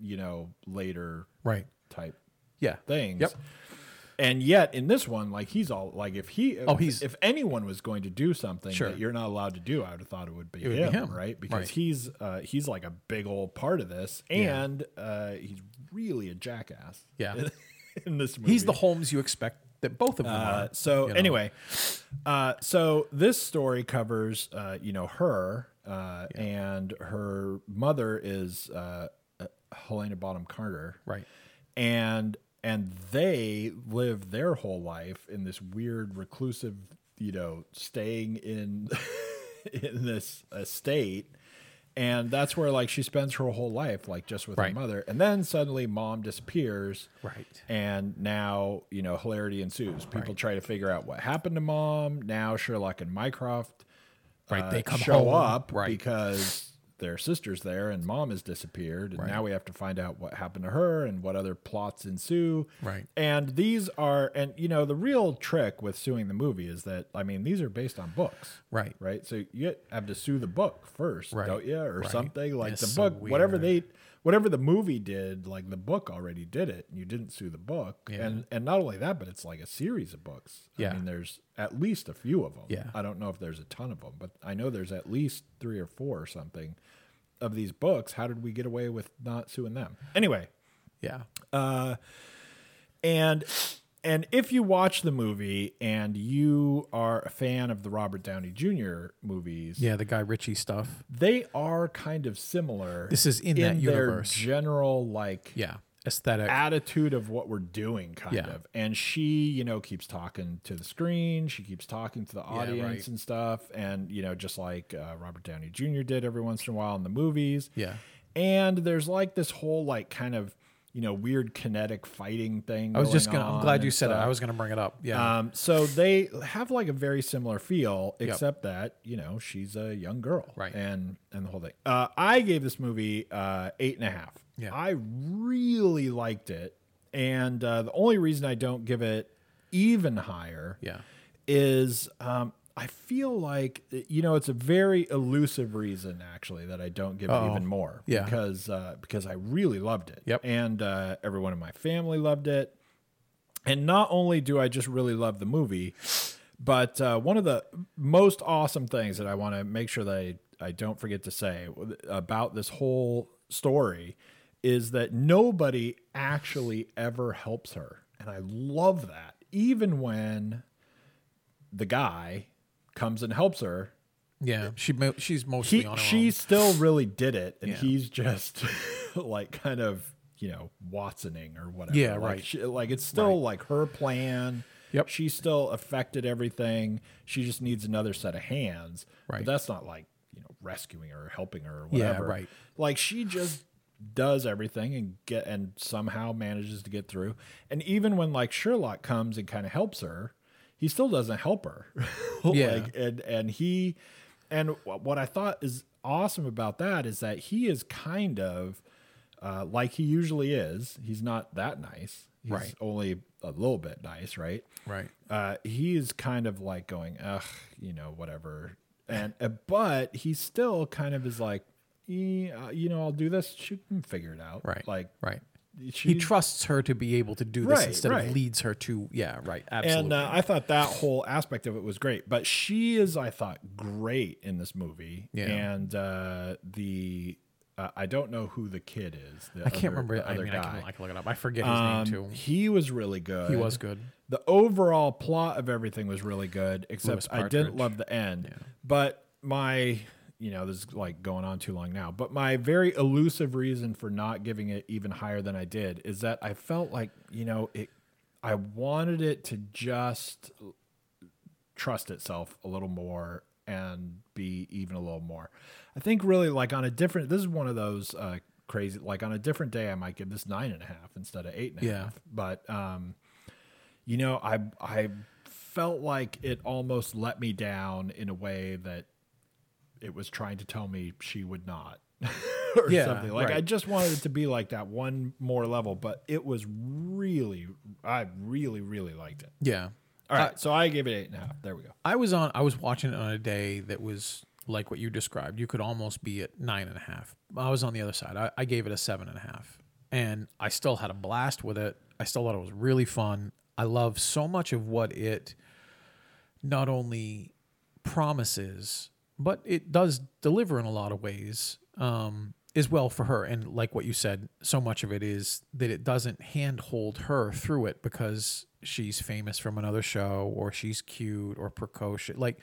A: you know later
B: right.
A: type
B: Yeah.
A: things.
B: Yep.
A: And yet in this one, like he's all like if he
B: Oh, he's-
A: if anyone was going to do something
B: Sure.
A: that you're not allowed to do, I would have thought it would be,
B: would be
A: him,
B: him,
A: right? Because
B: right.
A: he's uh, he's like a big old part of this, and uh, he's really a jackass.
B: Yeah.
A: in this movie,
B: He's the Holmes you expect that both of them
A: uh,
B: are.
A: so
B: you know.
A: anyway, uh, so this story covers uh, you know her uh, and her mother is uh, uh, Helena Bottom Carter,
B: Right.
A: and and they live their whole life in this weird reclusive, you know, staying in in this estate. And that's where like she spends her whole life like just with
B: Right.
A: her mother, and then suddenly mom disappears,
B: Right.
A: and now, you know, hilarity ensues. People try to figure out what happened to mom. Now Sherlock and Mycroft
B: Right.
A: uh,
B: they come
A: show
B: home.
A: up
B: Right.
A: because their sister's there and mom has disappeared. And now we have to find out what happened to her and what other plots ensue.
B: Right.
A: And these are, and, you know, the real trick with suing the movie is that, I mean, these are based on books.
B: right.
A: Right. So you have to sue the book first,
B: Right.
A: don't you? Or
B: Right.
A: something like
B: It's
A: the
B: so
A: book, whatever
B: weird.
A: they, whatever the movie did, like the book already did it and you didn't sue the book.
B: Yeah.
A: And, and not only that, but it's like a series of books. I
B: Yeah.
A: mean, there's at least a few of them.
B: Yeah.
A: I don't know if there's a ton of them, but I know there's at least three or four or something of these books. How did we get away with not suing them? Anyway,
B: Yeah.
A: and and if you watch the movie and you are a fan of the Robert Downey Jr. movies,
B: Yeah. The Guy Ritchie stuff.
A: they are kind of similar.
B: This is in that universe.
A: Their general like
B: Yeah. Aesthetic.
A: attitude of what we're doing kind
B: Yeah.
A: of and she you know keeps talking to the screen she keeps talking to the audience
B: right.
A: and stuff and you know just like uh, robert downey jr did every once in a while in the movies
B: Yeah.
A: and there's like this whole like kind of you know weird kinetic fighting thing
B: I was just gonna. I'm glad you said it. I was gonna bring it up. Yeah.
A: um, so they have like a very similar feel, except that you know she's a young girl,
B: Right.
A: And and the whole thing. Uh, I gave this movie uh, eight and a half.
B: Yeah.
A: I really liked it, and uh, the only reason I don't give it even higher,
B: yeah.
A: is um, I feel like you know it's a very elusive reason actually that I don't give it even more.
B: Yeah.
A: because uh, because I really loved it.
B: Yep.
A: and uh, everyone in my family loved it. And not only do I just really love the movie, but uh, one of the most awesome things that I want to make sure that I, I don't forget to say about this whole story is that nobody actually ever helps her. And I love that. Even when the guy comes and helps her,
B: Yeah. She. Mo- she's mostly
A: he,
B: on her
A: she
B: own.
A: still really did it, and
B: Yeah.
A: he's just like kind of you know Watsoning or whatever.
B: Yeah,
A: Like,
B: right.
A: she- like it's still like her plan.
B: Yep.
A: She still affected everything. She just needs another set of hands.
B: Right.
A: But that's not like you know rescuing her, or helping her, or
B: Yeah,
A: whatever.
B: right.
A: Like she just does everything and get and somehow manages to get through. And even when like Sherlock comes and kind of helps her, he still doesn't help her.
B: Yeah.
A: Like and and he and wh- what I thought is awesome about that is that he is kind of uh, like he usually is. He's not that nice. He's
B: Right.
A: only a little bit nice, right?
B: Right.
A: uh, he is kind of like going, ugh, you know, whatever. And uh, but he still kind of is like, "Eh, uh, you know, I'll do this. She can figure it out,
B: Right.
A: Like,
B: Right.
A: She,
B: He trusts her to be able to do this
A: Right,
B: instead
A: right.
B: of leads her to. Yeah. Right. Absolutely.
A: and uh, I thought that whole aspect of it was great. But she is, I thought, great in this movie.
B: Yeah.
A: And uh, the uh, I don't know who the kid is. The
B: I can't
A: other-
B: remember.
A: the
B: I
A: other
B: mean, I
A: guy.
B: can like look it up. I forget his name
A: Um,
B: too.
A: he was really good.
B: He was good.
A: the overall plot of everything was really good, except
B: Louis
A: I didn't
B: Partridge.
A: love the end. But my, you know, this is like going on too long now, but my very elusive reason for not giving it even higher than I did is that I felt like, you know, it, I wanted it to just trust itself a little more and be even a little more. I think really like on a different. This is one of those uh, crazy. Like on a different day, I might give this nine and a half instead of eight and a half.
B: Yeah.
A: But um, you know, I I felt like it almost let me down in a way that it was trying to tell me she would not or
B: Yeah,
A: something. Like I
B: right.
A: just wanted it to be like that one more level, but it was really I really, really liked it.
B: Yeah.
A: All right. so I gave it eight and a half. There we go.
B: I was on. I was watching it on a day that was like what you described. You could almost be at nine and a half. I was on the other side. I, I gave it a seven and a half, and I still had a blast with it. I still thought it was really fun. I love so much of what it not only promises, but it does deliver in a lot of ways um, as well for her. And like what you said, so much of it is that it doesn't handhold her through it because she's famous from another show or she's cute or precocious. Like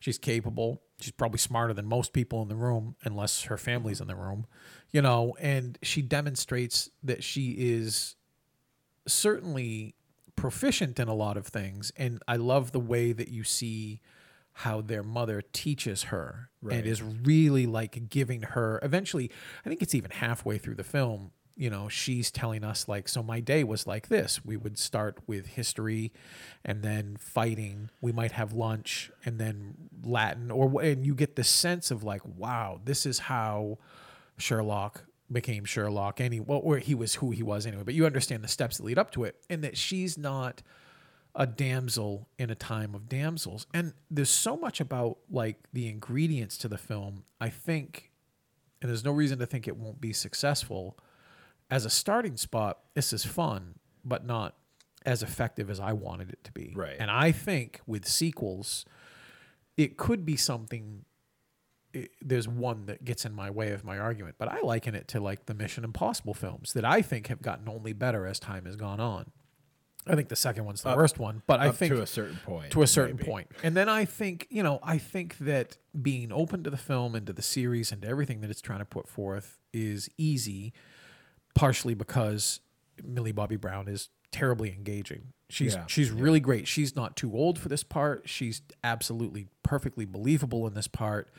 B: she's capable. She's probably smarter than most people in the room, unless her family's in the room, you know. And she demonstrates that she is certainly proficient in a lot of things and i love the way that you see how their mother teaches her
A: Right.
B: and is really like giving her eventually i think it's even halfway through the film you know she's telling us like so my day was like this we would start with history and then fighting we might have lunch and then latin or wh- and you get the sense of like wow this is how Sherlock became Sherlock any well or he was who he was anyway but you understand the steps that lead up to it and that she's not a damsel in a time of damsels and there's so much about like the ingredients to the film I think and there's no reason to think it won't be successful as a starting spot this is fun but not as effective as I wanted it to be
A: Right.
B: and I think with sequels it could be something it, there's one that gets in my way of my argument, but I liken it to like the Mission Impossible films that I think have gotten only better as time has gone on. I think the second one's the worst one, but I
A: Up
B: think
A: to a certain point.
B: to a certain
A: maybe.
B: point. And then I think, you know, I think that being open to the film and to the series and to everything that it's trying to put forth is easy, partially because Millie Bobby Brown is terribly engaging. She's
A: Yeah.
B: she's really great. She's not too old for this part. She's absolutely perfectly believable in this part.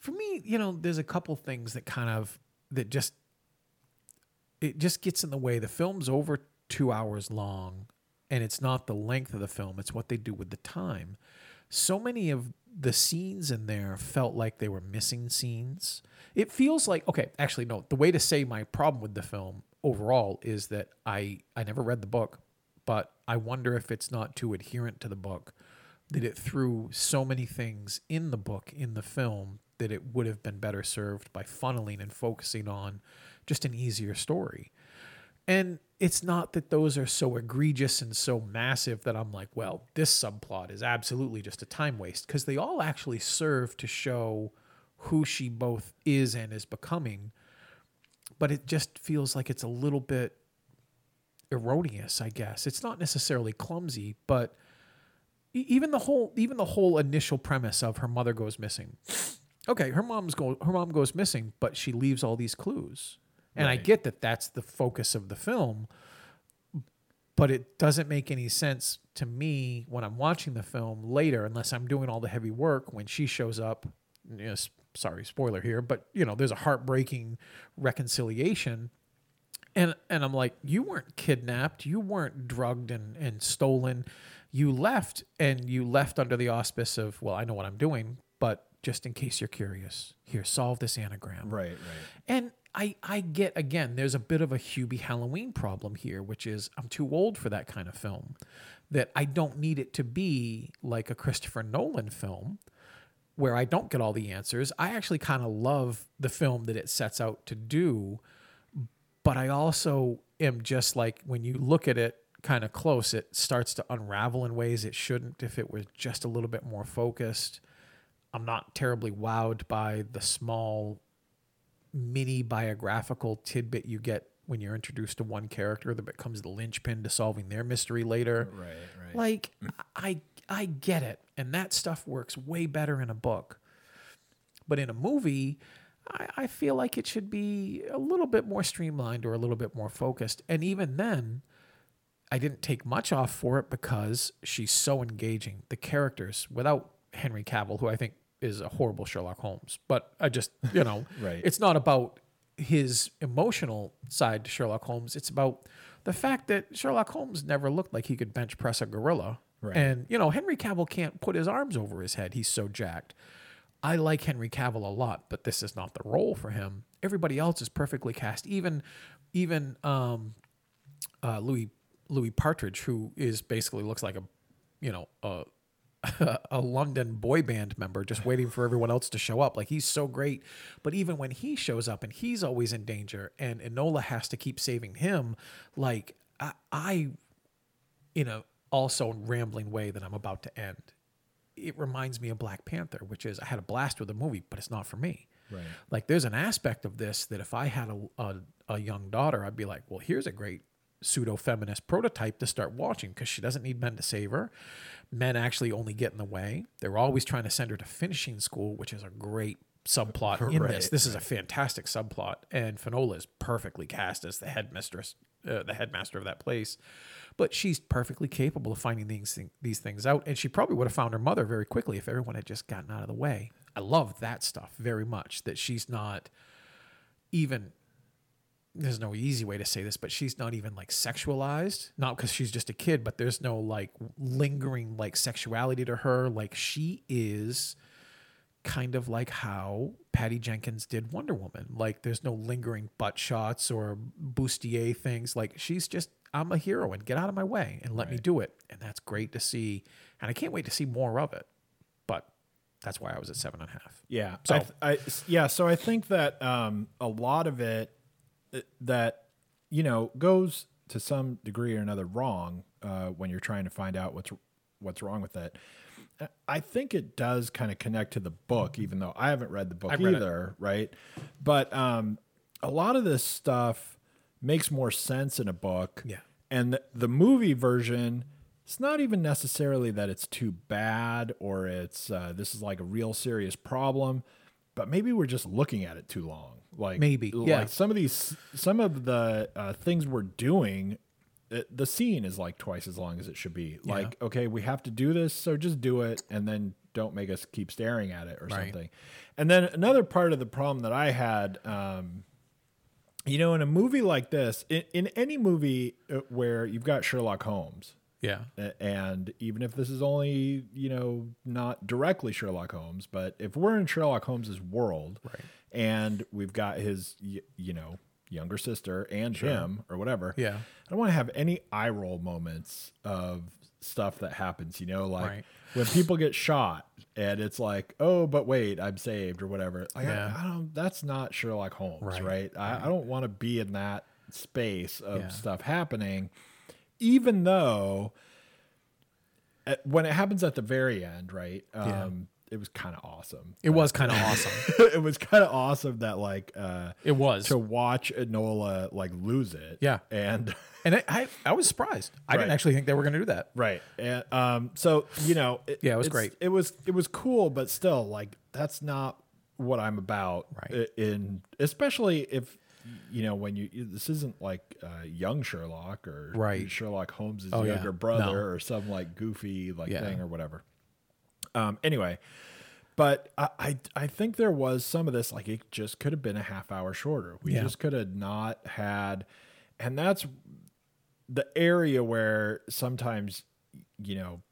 B: For me, you know, there's a couple things that kind of that just it just gets in the way. The film's over two hours long, and it's not the length of the film, it's what they do with the time. So many of the scenes in there felt like they were missing scenes. It feels like, okay, actually, no, the way to say my problem with the film overall is that I, I never read the book, but I wonder if it's not too adherent to the book that it threw so many things in the book in the film that it would have been better served by funneling and focusing on just an easier story. And it's not that those are so egregious and so massive that I'm like, well, this subplot is absolutely just a time waste because they all actually serve to show who she both is and is becoming. But it just feels like it's a little bit erroneous, I guess. It's not necessarily clumsy, but e- even the whole even the whole initial premise of her mother goes missing. Okay, her mom's go her mom goes missing, but she leaves all these clues. And I get that that's the focus of the film, but it doesn't make any sense to me when I'm watching the film later unless I'm doing all the heavy work when she shows up. You know, s- sorry, spoiler here, but you know, there's a heartbreaking reconciliation and and I'm like, you weren't kidnapped, you weren't drugged and and stolen, you left and you left under the auspice of well, I know what I'm doing, but just in case you're curious, here solve this anagram.
A: Right, right.
B: And I I get again, there's a bit of a Hubie Halloween problem here, which is I'm too old for that kind of film. That I don't need it to be like a Christopher Nolan film where I don't get all the answers. I actually kind of love the film that it sets out to do, but I also am just like when you look at it kind of close, it starts to unravel in ways it shouldn't if it was just a little bit more focused. I'm not terribly wowed by the small mini biographical tidbit you get when you're introduced to one character that becomes the linchpin to solving their mystery later.
A: Right, right.
B: Like I I get it, and that stuff works way better in a book. But in a movie, I, I feel like it should be a little bit more streamlined or a little bit more focused. And even then, I didn't take much off for it because she's so engaging. The characters, without Henry Cavill, who I think is a horrible Sherlock Holmes, but I just, you know,
A: Right.
B: it's not about his emotional side to Sherlock Holmes. It's about the fact that Sherlock Holmes never looked like he could bench press a gorilla.
A: Right.
B: And you know, Henry Cavill can't put his arms over his head. He's so jacked. I like Henry Cavill a lot, but this is not the role for him. Everybody else is perfectly cast. Even even um, uh, Louis Louis Partridge, who is basically looks like a you know a a London boy band member, just waiting for everyone else to show up. Like he's so great, but even when he shows up and he's always in danger, and Enola has to keep saving him. Like I, I in a also rambling way that I'm about to end, it reminds me of Black Panther, which is I had a blast with the movie, but it's not for me.
A: Right.
B: Like there's an aspect of this that if I had a, a, a young daughter, I'd be like, well, here's a great pseudo feminist prototype to start watching because she doesn't need men to save her. Men actually only get in the way. They're always trying to send her to finishing school, which is a great subplot in
A: Right,
B: this. This is a fantastic subplot, and Finola is perfectly cast as the headmistress, uh, the headmaster of that place. But she's perfectly capable of finding these thing- these things out, and she probably would have found her mother very quickly if everyone had just gotten out of the way. I love that stuff very much. That she's not even there's no easy way to say this, but she's not even like sexualized. Not because she's just a kid, but there's no like lingering like sexuality to her. Like she is kind of like how Patty Jenkins did Wonder Woman. Like there's no lingering butt shots or bustier things. Like she's just I'm a hero and get out of my way and let me do it. And that's great to see. And I can't wait to see more of it. But that's why I was at seven and a half.
A: Yeah.
B: So-
A: I th- I- yeah. So I think that um, a lot of it uh, that you know goes to some degree or another wrong uh, when you're trying to find out what's what's wrong with it. I- I think it does kind of connect to the book, even though I haven't read the book
B: Mm-hmm. I've read it.
A: either, right? But um, a lot of this stuff makes more sense in a book.
B: Yeah.
A: And the, the movie version, it's not even necessarily that it's too bad or it's uh, this is like a real serious problem, but maybe we're just looking at it too long. Like
B: Maybe,
A: like
B: yeah.
A: some of these, some of the uh, things we're doing, uh, the scene is like twice as long as it should be. Like, okay, we have to do this, so just do it, and then don't make us keep staring at it or
B: Right.
A: something. And then another part of the problem that I had. Um, you know, in a movie like this, in, in any movie uh, where you've got Sherlock Holmes,
B: Yeah.
A: uh, and even if this is only, you know, not directly Sherlock Holmes, but if we're in Sherlock Holmes's world,
B: Right.
A: and we've got his, y- you know, younger sister and him or whatever,
B: Yeah.
A: I don't want to have any eye roll moments of stuff that happens, you know, like
B: Right.
A: when people get shot and it's like, oh, but wait, I'm saved or whatever. Like, I-
B: Yeah.
A: I, don't, that's not Sherlock Holmes, right?
B: Right.
A: I, I don't want to be in that space of
B: Yeah.
A: stuff happening, even though at, when it happens at the very end, right? Um,
B: Yeah.
A: It was kind of awesome.
B: It was kind of awesome.
A: it was kind of awesome that like uh,
B: It was.
A: to watch Enola like lose it.
B: Yeah.
A: and
B: And I, I, I was surprised. I didn't
A: Right.
B: actually think they were going to do that.
A: Right. And um, so you know, it,
B: Yeah, it was
A: it's-
B: great.
A: It was it was cool, but still, like that's not what I'm about.
B: Right.
A: i- In especially if you know when you this isn't like uh, young Sherlock or
B: Right.
A: Sherlock Holmes's
B: Oh, yeah.
A: younger brother
B: No.
A: or some like goofy like
B: Yeah.
A: thing or whatever. Um. Anyway. But I, I I think there was some of this like it just could have been a half hour shorter. We
B: Yeah.
A: just could have not had, and that's the area where sometimes you know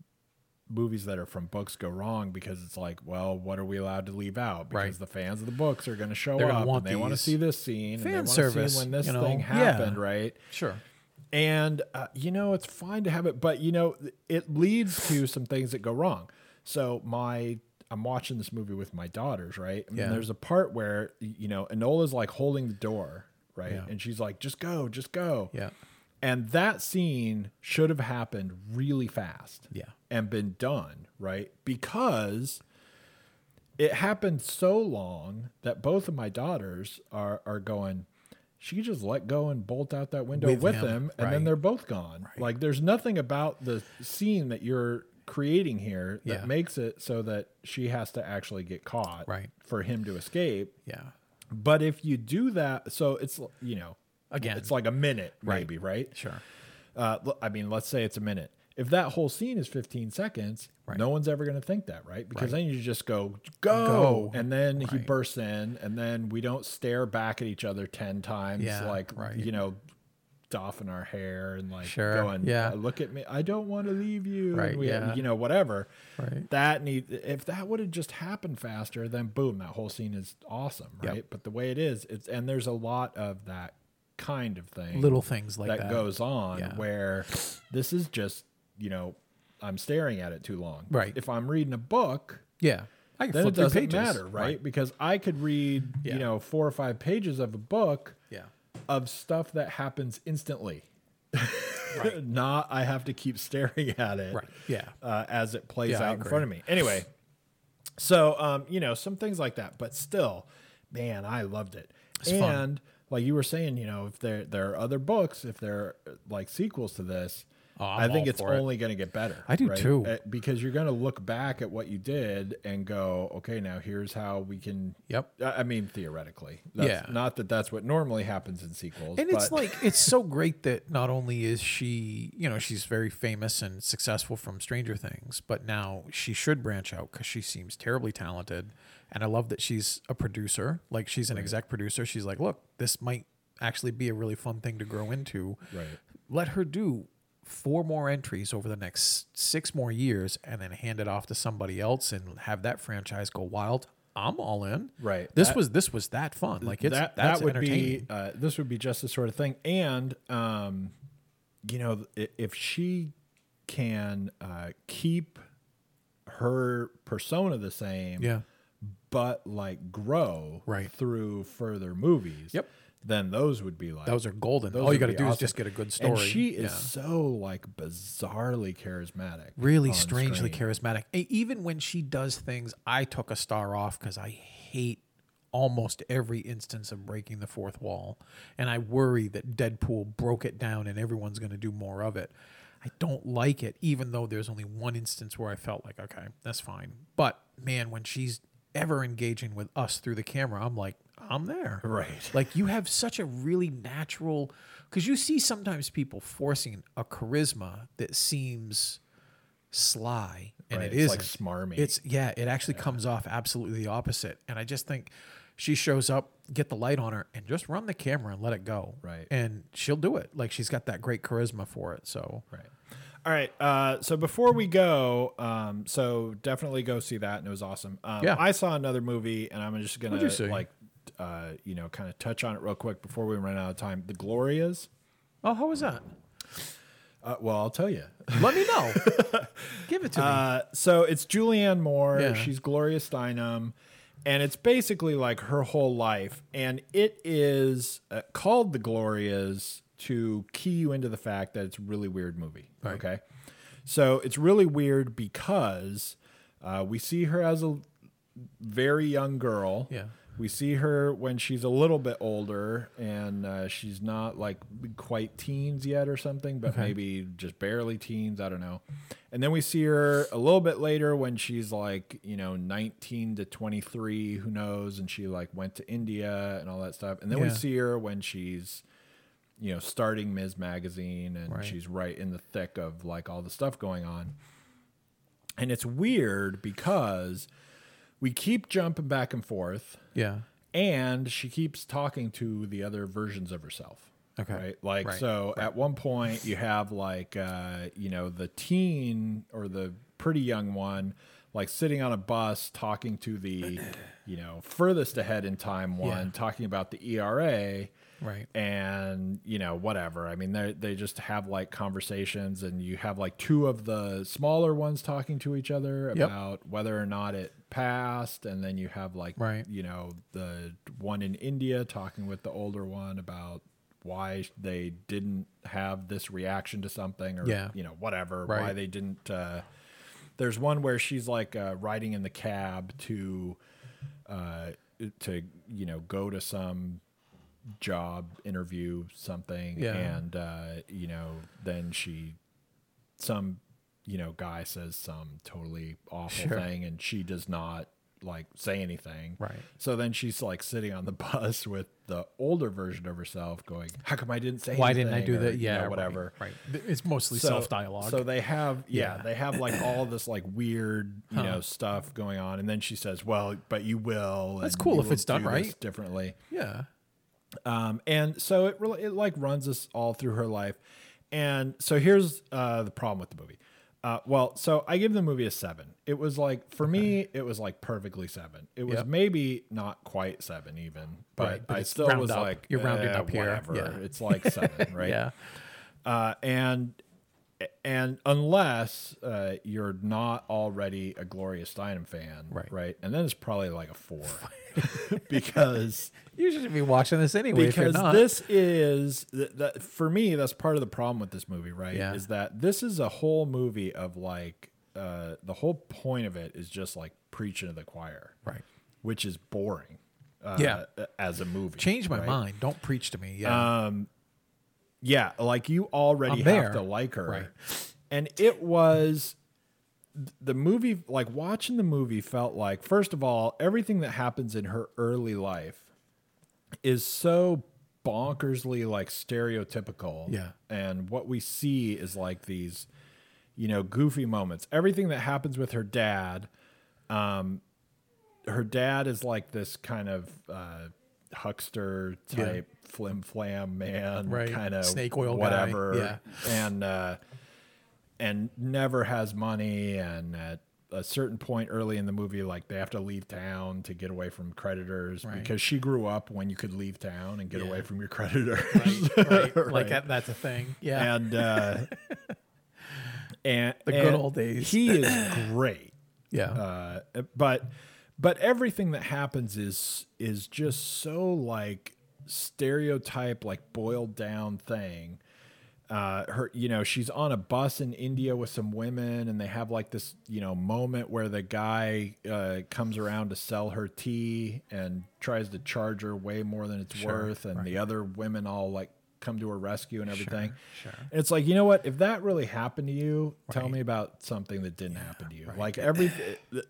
A: movies that are from books go wrong because it's like well what are we allowed to leave out because
B: Right.
A: the fans of the books are going to show
B: They're gonna
A: up
B: want
A: and they want to
B: these
A: see this scene and they
B: fan
A: want to
B: service,
A: see when this
B: you know?
A: thing
B: Yeah.
A: happened right
B: Sure.
A: and uh, you know it's fine to have it but you know it leads to some things that go wrong so my i'm watching this movie with my daughters right and
B: Yeah.
A: there's a part where you know enola's like holding the door right
B: Yeah.
A: and she's like just go just go
B: Yeah.
A: and that scene should have happened really fast.
B: Yeah.
A: And been done, right? Because it happened so long that both of my daughters are are going, she just let go and bolt out that window with,
B: With
A: him,
B: him,
A: and then
B: right.
A: they're both gone. Like there's nothing about the scene that you're creating here that
B: Yeah.
A: makes it so that she has to actually get caught
B: Right.
A: for him to escape.
B: Yeah.
A: But if you do that, so it's you know
B: Again.
A: it's like a minute maybe, right?
B: Sure.
A: uh, l- I mean, let's say it's a minute. If that whole scene is 15 seconds, no one's ever going to think that, right? Because then you just go, go.
B: Go.
A: And then he
B: Right.
A: bursts in, and then we don't stare back at each other 10 times.
B: Yeah,
A: like,
B: right.
A: you know, doffing our hair and like
B: Sure,
A: going, "Uh,
B: yeah.
A: look at me, I don't want to leave you, and
B: Right,
A: we had-
B: yeah.
A: you know, whatever.
B: Right.
A: That need if that would have just happened faster, then boom, that whole scene is awesome,
B: Yep.
A: right? But the way it is, it's and there's a lot of that kind of thing
B: Little things like
A: that,
B: that.
A: goes on
B: Yeah.
A: where this is just you know I'm staring at it too long.
B: Right.
A: If I'm reading a book,
B: yeah. I can
A: then it
B: flip through
A: doesn't
B: pages.
A: matter, right? Because I could read
B: Yeah.
A: you know four or five pages of a book
B: Yeah.
A: of stuff that happens instantly. Not I have to keep staring at it
B: Right. Yeah.
A: uh, as it plays
B: Yeah, I
A: out in
B: agree.
A: front of me. Anyway, so um, you know some things like that, but still, man, I loved it. and
B: fun.
A: like you were saying, you know, if there there are other books, if there are like sequels to this,
B: Oh,
A: I
B: I'm
A: think
B: all
A: it's
B: for it.
A: only going to get better.
B: I do too.
A: Uh, because you're going to look back at what you did and go, okay, now here's how we can.
B: Yep.
A: I I mean, theoretically, that's,
B: Yeah.
A: Not that that's what normally happens in sequels,
B: And it's
A: but-
B: like it's so great that not only is she, you know, she's very famous and successful from Stranger Things, but now she should branch out because she seems terribly talented. And I love that she's a producer, like she's an exec producer. She's like, look, this might actually be a really fun thing to grow into.
A: Right.
B: Let her do four more entries over the next six more years, and then hand it off to somebody else and have that franchise go wild. I'm all in.
A: Right.
B: This
A: That-
B: was this was that fun. Like it's
A: that
B: that's
A: that would
B: entertaining.
A: be uh, this would be just the sort of thing. And um, you know, i- if she can uh, keep her persona the same,
B: yeah.
A: but like grow
B: Right.
A: through further movies,
B: Yep.
A: then those would be like
B: Those are golden.
A: those
B: All you
A: would
B: got to
A: be
B: do is
A: awesome.
B: just get a good story.
A: And she is
B: Yeah.
A: so like bizarrely charismatic,
B: really
A: on
B: strangely
A: screen.
B: charismatic. E- Even when she does things, I took a star off because I hate almost every instance of breaking the fourth wall, and I worry that Deadpool broke it down and everyone's going to do more of it. I don't like it, even though there's only one instance where I felt like, okay, that's fine. But man, when she's ever engaging with us through the camera, I'm like, I'm there.
A: Right.
B: Like you have such a really natural because you see sometimes people forcing a charisma that seems sly and
A: Right,
B: it
A: it's
B: is
A: like smarmy.
B: It's yeah, it actually comes off absolutely the opposite. And I just think she shows up, get the light on her, and just run the camera and let it go.
A: Right.
B: And she'll do it. Like she's got that great charisma for it. So
A: Right. All right. Uh, so before we go, um, so definitely go see that, and it was awesome. Um,
B: Yeah.
A: I saw another movie, and I'm just gonna
B: What'd you see?
A: like, uh, you know, kind of touch on it real quick before we run out of time. The Glorias.
B: Oh, how was that?
A: Uh, well, I'll tell you.
B: Let me know. Give it to me.
A: Uh, so it's Julianne Moore.
B: Yeah.
A: She's Gloria Steinem, and it's basically like her whole life, and it is uh, called The Glorias to key you into the fact that it's a really weird movie.
B: Right.
A: Okay, so it's really weird because uh, we see her as a very young girl.
B: Yeah.
A: We see her when she's a little bit older and uh, she's not like quite teens yet or something, but maybe just barely teens. I don't know. And then we see her a little bit later when she's like, you know, 19 to 23, who knows? And she like went to India and all that stuff. And then we
B: Yeah.
A: see her when she's, you know, starting Ms. Magazine and
B: Right.
A: she's right in the thick of like all the stuff going on. And it's weird because we keep jumping back and forth
B: yeah.
A: and she keeps talking to the other versions of herself.
B: Okay.
A: Right. Like
B: Right.
A: so at one point you have like uh, you know, the teen or the pretty young one like sitting on a bus talking to the, you know, furthest ahead in time one,
B: Yeah.
A: talking about the E ERA
B: Right.
A: and you know whatever i mean they they just have like conversations and you have like two of the smaller ones talking to each other
B: Yep.
A: about whether or not it passed and then you have like
B: Right.
A: you know the one in india talking with the older one about why they didn't have this reaction to something or
B: Yeah.
A: you know whatever why
B: Right.
A: they didn't uh there's one where she's like uh, riding in the cab to uh to you know go to some job interview something
B: Yeah.
A: and uh you know then she some you know guy says some totally awful
B: Sure.
A: thing and she does not like say anything
B: Right.
A: so then she's like sitting on the bus with the older version of herself going how come i didn't say
B: Why didn't I
A: anything?"
B: do
A: Or,
B: that?
A: you
B: Yeah.
A: know,
B: right,
A: whatever
B: Right. It's mostly self dialogue.
A: so they have, yeah,
B: Yeah.
A: they have like all this like weird, you know, stuff going on. And then she says, "Well, but you will."
B: That's
A: and
B: cool
A: you
B: if
A: will
B: it's done
A: do this
B: right.
A: differently.
B: yeah.
A: Um, and so it really it like runs us all through her life. And so here's uh, the problem with the movie. Uh, well, so I give the movie a seven. It was like for me, it was like perfectly seven. It was
B: Yep. maybe
A: maybe not quite seven even, but,
B: Right, but
A: I
B: it's
A: still
B: round
A: was
B: up.
A: like
B: You're rounding
A: eh,
B: up here.
A: Whatever.
B: Yeah.
A: It's like seven, right?
B: Yeah.
A: uh, and and unless uh, you're not already a Gloria Steinem fan,
B: Right.
A: and then it's probably like a four because
B: You should be watching this anyway if you're
A: because
B: not.
A: this is th- that for me that's part of the problem with this movie, right?
B: Yeah.
A: Is that this is a whole movie of like uh, the whole point of it is just like preaching to the choir,
B: right.
A: which is boring. Uh,
B: Yeah.
A: as a movie,
B: Change my
A: right? Um,
B: mind. Don't preach to me. Yeah.
A: Yeah, like you already have
B: I'm there.
A: to like her.
B: Right.
A: And it was the movie like watching the movie felt like first of all, everything that happens in her early life is so bonkersly like stereotypical.
B: Yeah.
A: And what we see is like these you know, goofy moments. Everything that happens with her dad, um, her dad is like this kind of uh, huckster type, flim flam man,
B: Right.
A: kind of
B: Snake oil guy.
A: whatever,
B: Yeah.
A: and uh, and never has money. And at a certain point early in the movie, like they have to leave town to get away from creditors
B: Right.
A: because she grew up when you could leave town and get
B: Yeah.
A: away from your creditors.
B: right, right. Like
A: Right.
B: that, that's a thing. Yeah.
A: And uh, and the
B: good old days.
A: He is great,
B: yeah.
A: uh, but but everything that happens is is just so like stereotype, like boiled down thing. Uh, her, you know, she's on a bus in India with some women, and they have like this, you know, moment where the guy uh, comes around to sell her tea and tries to charge her way more than it's worth, and the other women all like come to her rescue and everything.
B: sure.
A: And it's like, you know what? If that really happened to you, tell me about something that didn't happen to you. Like every,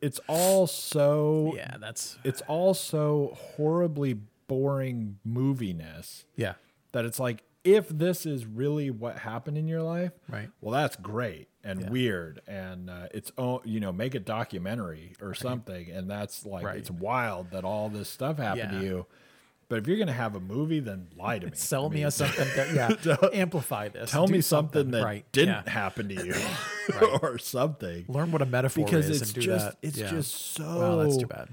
A: it's all so,
B: yeah. That's,
A: it's all so horribly boring moviness
B: yeah.
A: that it's like if this is really what happened in your life
B: Right.
A: well that's great and weird and uh, it's oh you know make a documentary or something and that's like
B: Right.
A: it's wild that all this stuff happened
B: Yeah.
A: to you but if you're gonna have a movie then lie to me
B: Sell me a something that, yeah. amplify this.
A: tell
B: Do
A: me something, that
B: right,
A: didn't
B: yeah.
A: happen to you or something
B: Learn what a metaphor
A: because
B: is
A: it's
B: and do
A: just
B: that.
A: it's
B: Yeah.
A: just so
B: Wow, that's too bad.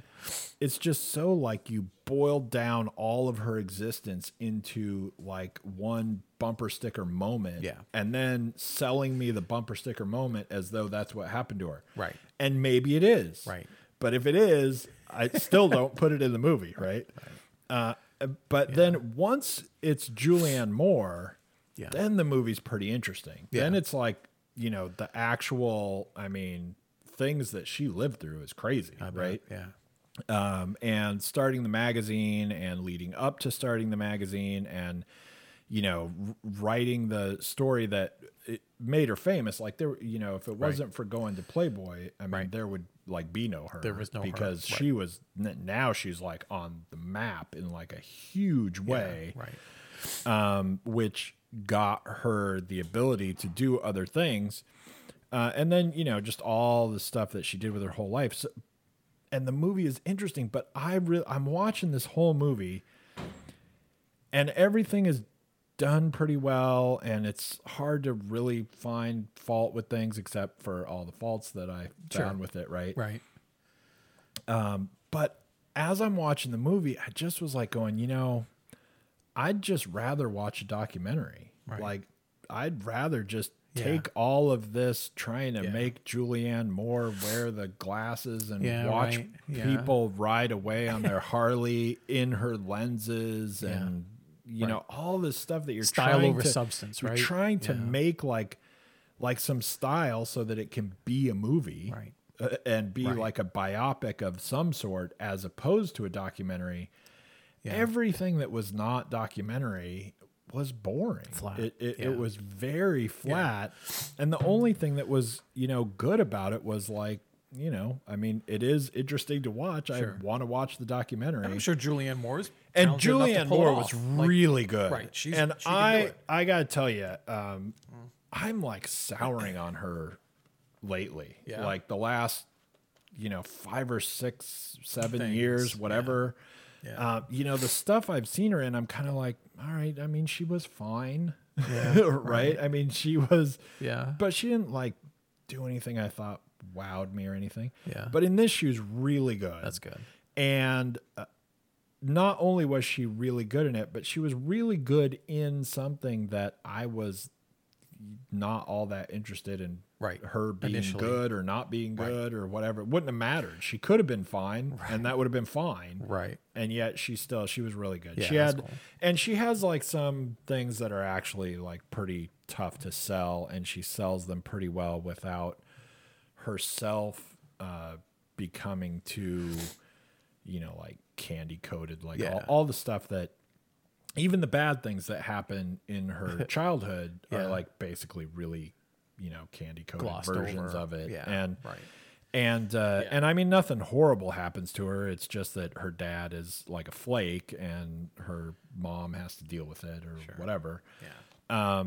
A: it's just so like you boiled down all of her existence into like one bumper sticker moment
B: Yeah.
A: and then selling me the bumper sticker moment as though that's what happened to her
B: Right.
A: and maybe it is
B: Right.
A: but if it is i still don't put it in the movie right, Uh, but then once it's julianne moore
B: Yeah.
A: then the movie's pretty interesting then
B: Yeah.
A: it's like you know the actual i mean things that she lived through is crazy right
B: Yeah.
A: um, and starting the magazine and leading up to starting the magazine and you know r- writing the story that it made her famous like there you know if it wasn't for going to playboy i mean
B: Right.
A: there would like be no her
B: There was no her,
A: because
B: right.
A: she was n- now she's like on the map in like a huge way
B: Right.
A: um, which got her the ability to do other things. Uh, and then, you know, just all the stuff that she did with her whole life. So, and the movie is interesting, but I really, I'm watching this whole movie and everything is done pretty well. And it's hard to really find fault with things except for all the faults that I
B: Sure.
A: found with it. Right.
B: Right.
A: But as I'm watching the movie, I just was like going, you know, I'd just rather watch a documentary.
B: Right.
A: Like, I'd rather just
B: Yeah.
A: take all of this trying to make Julianne Moore wear the glasses and
B: Yeah,
A: watch
B: right. Yeah.
A: people ride away on their Harley in her lenses and you know all this stuff that you're
B: Style
A: trying
B: over
A: to,
B: substance,
A: You're
B: right?
A: trying to
B: Yeah.
A: make like like some style so that it can be a movie
B: Right.
A: uh, and be like a biopic of some sort as opposed to a documentary. Everything that was not documentary was boring.
B: Flat,
A: It, it,
B: yeah.
A: it was very flat. And the only thing that was, you know, good about it was like, you know, I mean, it is interesting to watch. I want to watch the documentary.
B: I'm sure Julianne Moore's
A: and
B: talented enough
A: Julianne
B: to pull it
A: Moore
B: off.
A: was
B: Like,
A: really good.
B: right, she's-
A: and
B: she can do
A: I,
B: it.
A: I gotta tell you, um, I'm like souring on her lately.
B: Yeah.
A: Like the last, you know, five or six, seven
B: Things,
A: years,
B: yeah.
A: whatever.
B: Yeah.
A: Uh, you know, the stuff I've seen her in, I'm kind of like, all right. I mean, she was fine,
B: Yeah,
A: right? I mean, she was,
B: yeah.
A: but she didn't like do anything I thought wowed me or anything.
B: Yeah.
A: But in this, she was really good.
B: That's good.
A: And uh, not only was she really good in it, but she was really good in something that I was not all that interested in.
B: Right.
A: Her being
B: Initially.
A: good or not being good or whatever. It wouldn't have mattered. She could have been fine and that would have been fine
B: Right.
A: and yet she still she was really good.
B: Yeah,
A: she
B: that's
A: had
B: cool.
A: and she has like some things that are actually like pretty tough to sell and she sells them pretty well without herself uh becoming too you know like candy coated like all,
B: Yeah.
A: all the stuff that even the bad things that happen in her childhood
B: Yeah.
A: are like basically really you know candy coated
B: Glossed
A: versions
B: over.
A: of it
B: Yeah.
A: and
B: right.
A: and uh, and I mean nothing horrible happens to her. It's just that her dad is like a flake, and her mom has to deal with it or whatever.
B: Yeah.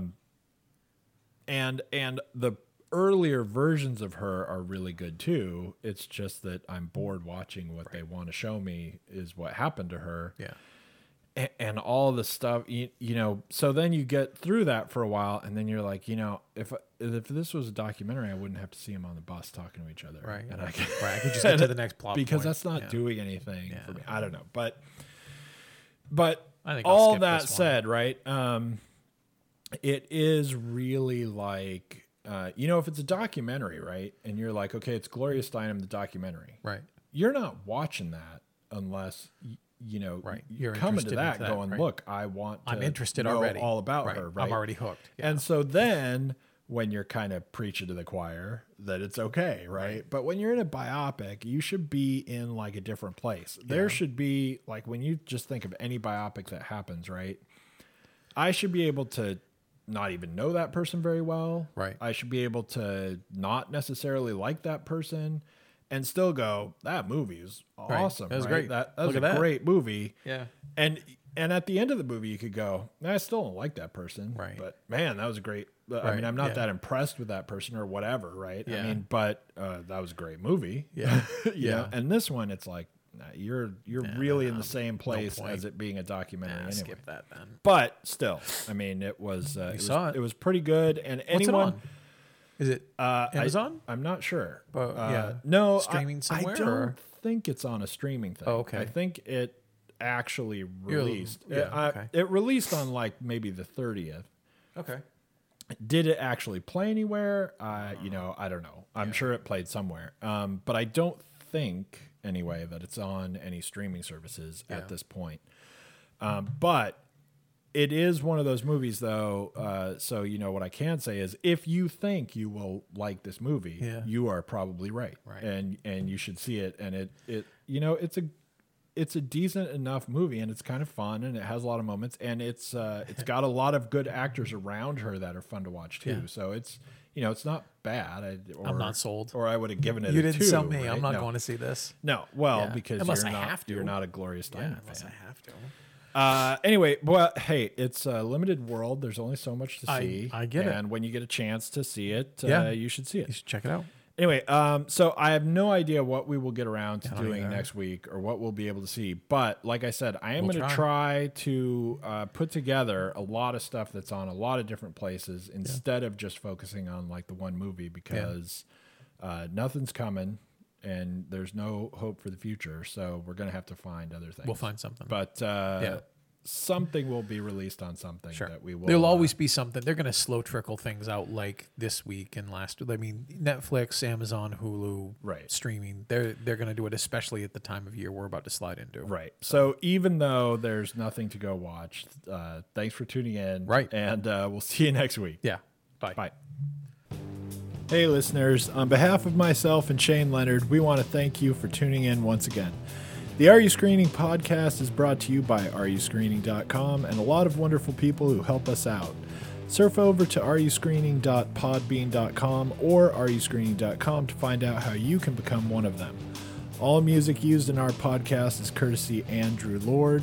A: And and the earlier versions of her are really good too. It's just that I'm bored watching what they want to show me is what happened to her
B: Yeah.
A: and, and all the stuff you, you know so then you get through that for a while and then you're like you know if if this was a documentary i wouldn't have to see them on the bus talking to each other
B: Right.
A: and i
B: Right. I could just get to the next plot
A: because
B: point.
A: that's not
B: Yeah.
A: doing anything
B: Yeah.
A: for me i don't know but but
B: I think I'll
A: all
B: skip
A: that
B: this one.
A: said right um it is really like uh, you know if it's a documentary right and you're like okay it's gloria steinem the documentary
B: Right.
A: you're not watching that unless y- you know
B: Right.
A: you're
B: You're
A: coming to
B: interested
A: that,
B: into that,
A: going
B: right.
A: look i want to
B: I'm interested
A: know
B: already.
A: all about
B: Right.
A: her right
B: I'm already hooked. Yeah.
A: and so then when you're kind of preaching to the choir that it's okay right? but when you're in a biopic you should be in like a different place there should be like when you just think of any biopic that happens right I should be able to not even know that person very well.
B: Right.
A: I should be able to not necessarily like that person and still go, that movie is awesome.
B: That was
A: right?
B: great.
A: That, that was
B: Look
A: a
B: at that."
A: great movie.
B: Yeah.
A: And and at the end of the movie you could go, "Nah, I still don't like that person.
B: Right.
A: But man, that was a great I mean,
B: Right,
A: I'm not
B: yeah.
A: that impressed with that person or whatever, right? I
B: Yeah.
A: mean, but uh, that was a great movie.
B: Yeah.
A: You know? And this one it's like nah, you're you're really in the same place
B: point.
A: as it being a documentary
B: Nah,
A: anyway.
B: Skip that then.
A: But still, I mean, it was uh, it was,
B: saw it.
A: it was pretty good. And
B: What's
A: anyone,
B: it on? Is it
A: Uh, I-
B: Amazon?
A: I'm not sure.
B: But,
A: Uh,
B: yeah.
A: no, I-
B: Streaming
A: I
B: somewhere,
A: don't
B: or-
A: think it's on a streaming thing.
B: Oh, okay.
A: I think it actually released.
B: yeah,
A: It- I-
B: okay.
A: it released on like maybe the 30th.
B: okay.
A: Did it actually play anywhere? Uh, you know, I don't know. I'm sure it played somewhere. Um, but I don't think anyway that it's on any streaming services at this point. Um, but it is one of those movies though. Uh, so you know what I can say is if you think you will like this movie,
B: Yeah.
A: you are probably right.
B: Right.
A: And and you should see it. And it it you know, it's a it's a decent enough movie and it's kind of fun and it has a lot of moments and it's uh, it's got a lot of good actors around her that are fun to watch too. So it's you know it's not bad. I, or,
B: not sold.
A: Or I would have given it.
B: You
A: a
B: didn't
A: two,
B: sell me. I'm
A: right?
B: not
A: no.
B: going to see this.
A: No, well,
B: Yeah.
A: because
B: Unless
A: you're
B: I
A: not
B: have to.
A: you're not a glorious Diamond fan.
B: unless I have to.
A: Uh, anyway, well, hey, it's a limited world. There's only so much to
B: I-
A: see.
B: I get it.
A: And when you get a chance to see it, uh,
B: Yeah.
A: you should see
B: You
A: it.
B: should check it out.
A: Anyway, um, so I have no idea what we will get around to
B: don't
A: doing
B: either.
A: next week or what we'll be able to see. But like I said, I am
B: We'll
A: going to
B: try.
A: try to uh, put together a lot of stuff that's on a lot of different places instead of just focusing on like the one movie because uh, nothing's coming and there's no hope for the future. So we're going to have to find other things
B: We'll find something.
A: but uh,
B: Yeah.
A: something will be released on something
B: Sure.
A: that we will.
B: There'll
A: uh,
B: always be something. They're going to slow trickle things out like this week and last. I mean, Netflix, Amazon, Hulu,
A: Right.
B: streaming. They're they're going to do it, especially at the time of year we're about to slide into.
A: right. So even though there's nothing to go watch, uh, thanks for tuning in.
B: Right.
A: and uh, we'll see you next week.
B: Yeah.
A: Bye. Hey, listeners. On behalf of myself and Shane Leonard, we want to thank you for tuning in once again. The Are You Screening podcast is brought to you by areyouscreening.com and a lot of wonderful people who help us out. Surf over to areyouscreening.podbean.com or areyouscreening.com to find out how you can become one of them. All music used in our podcast is courtesy Andrew Lord.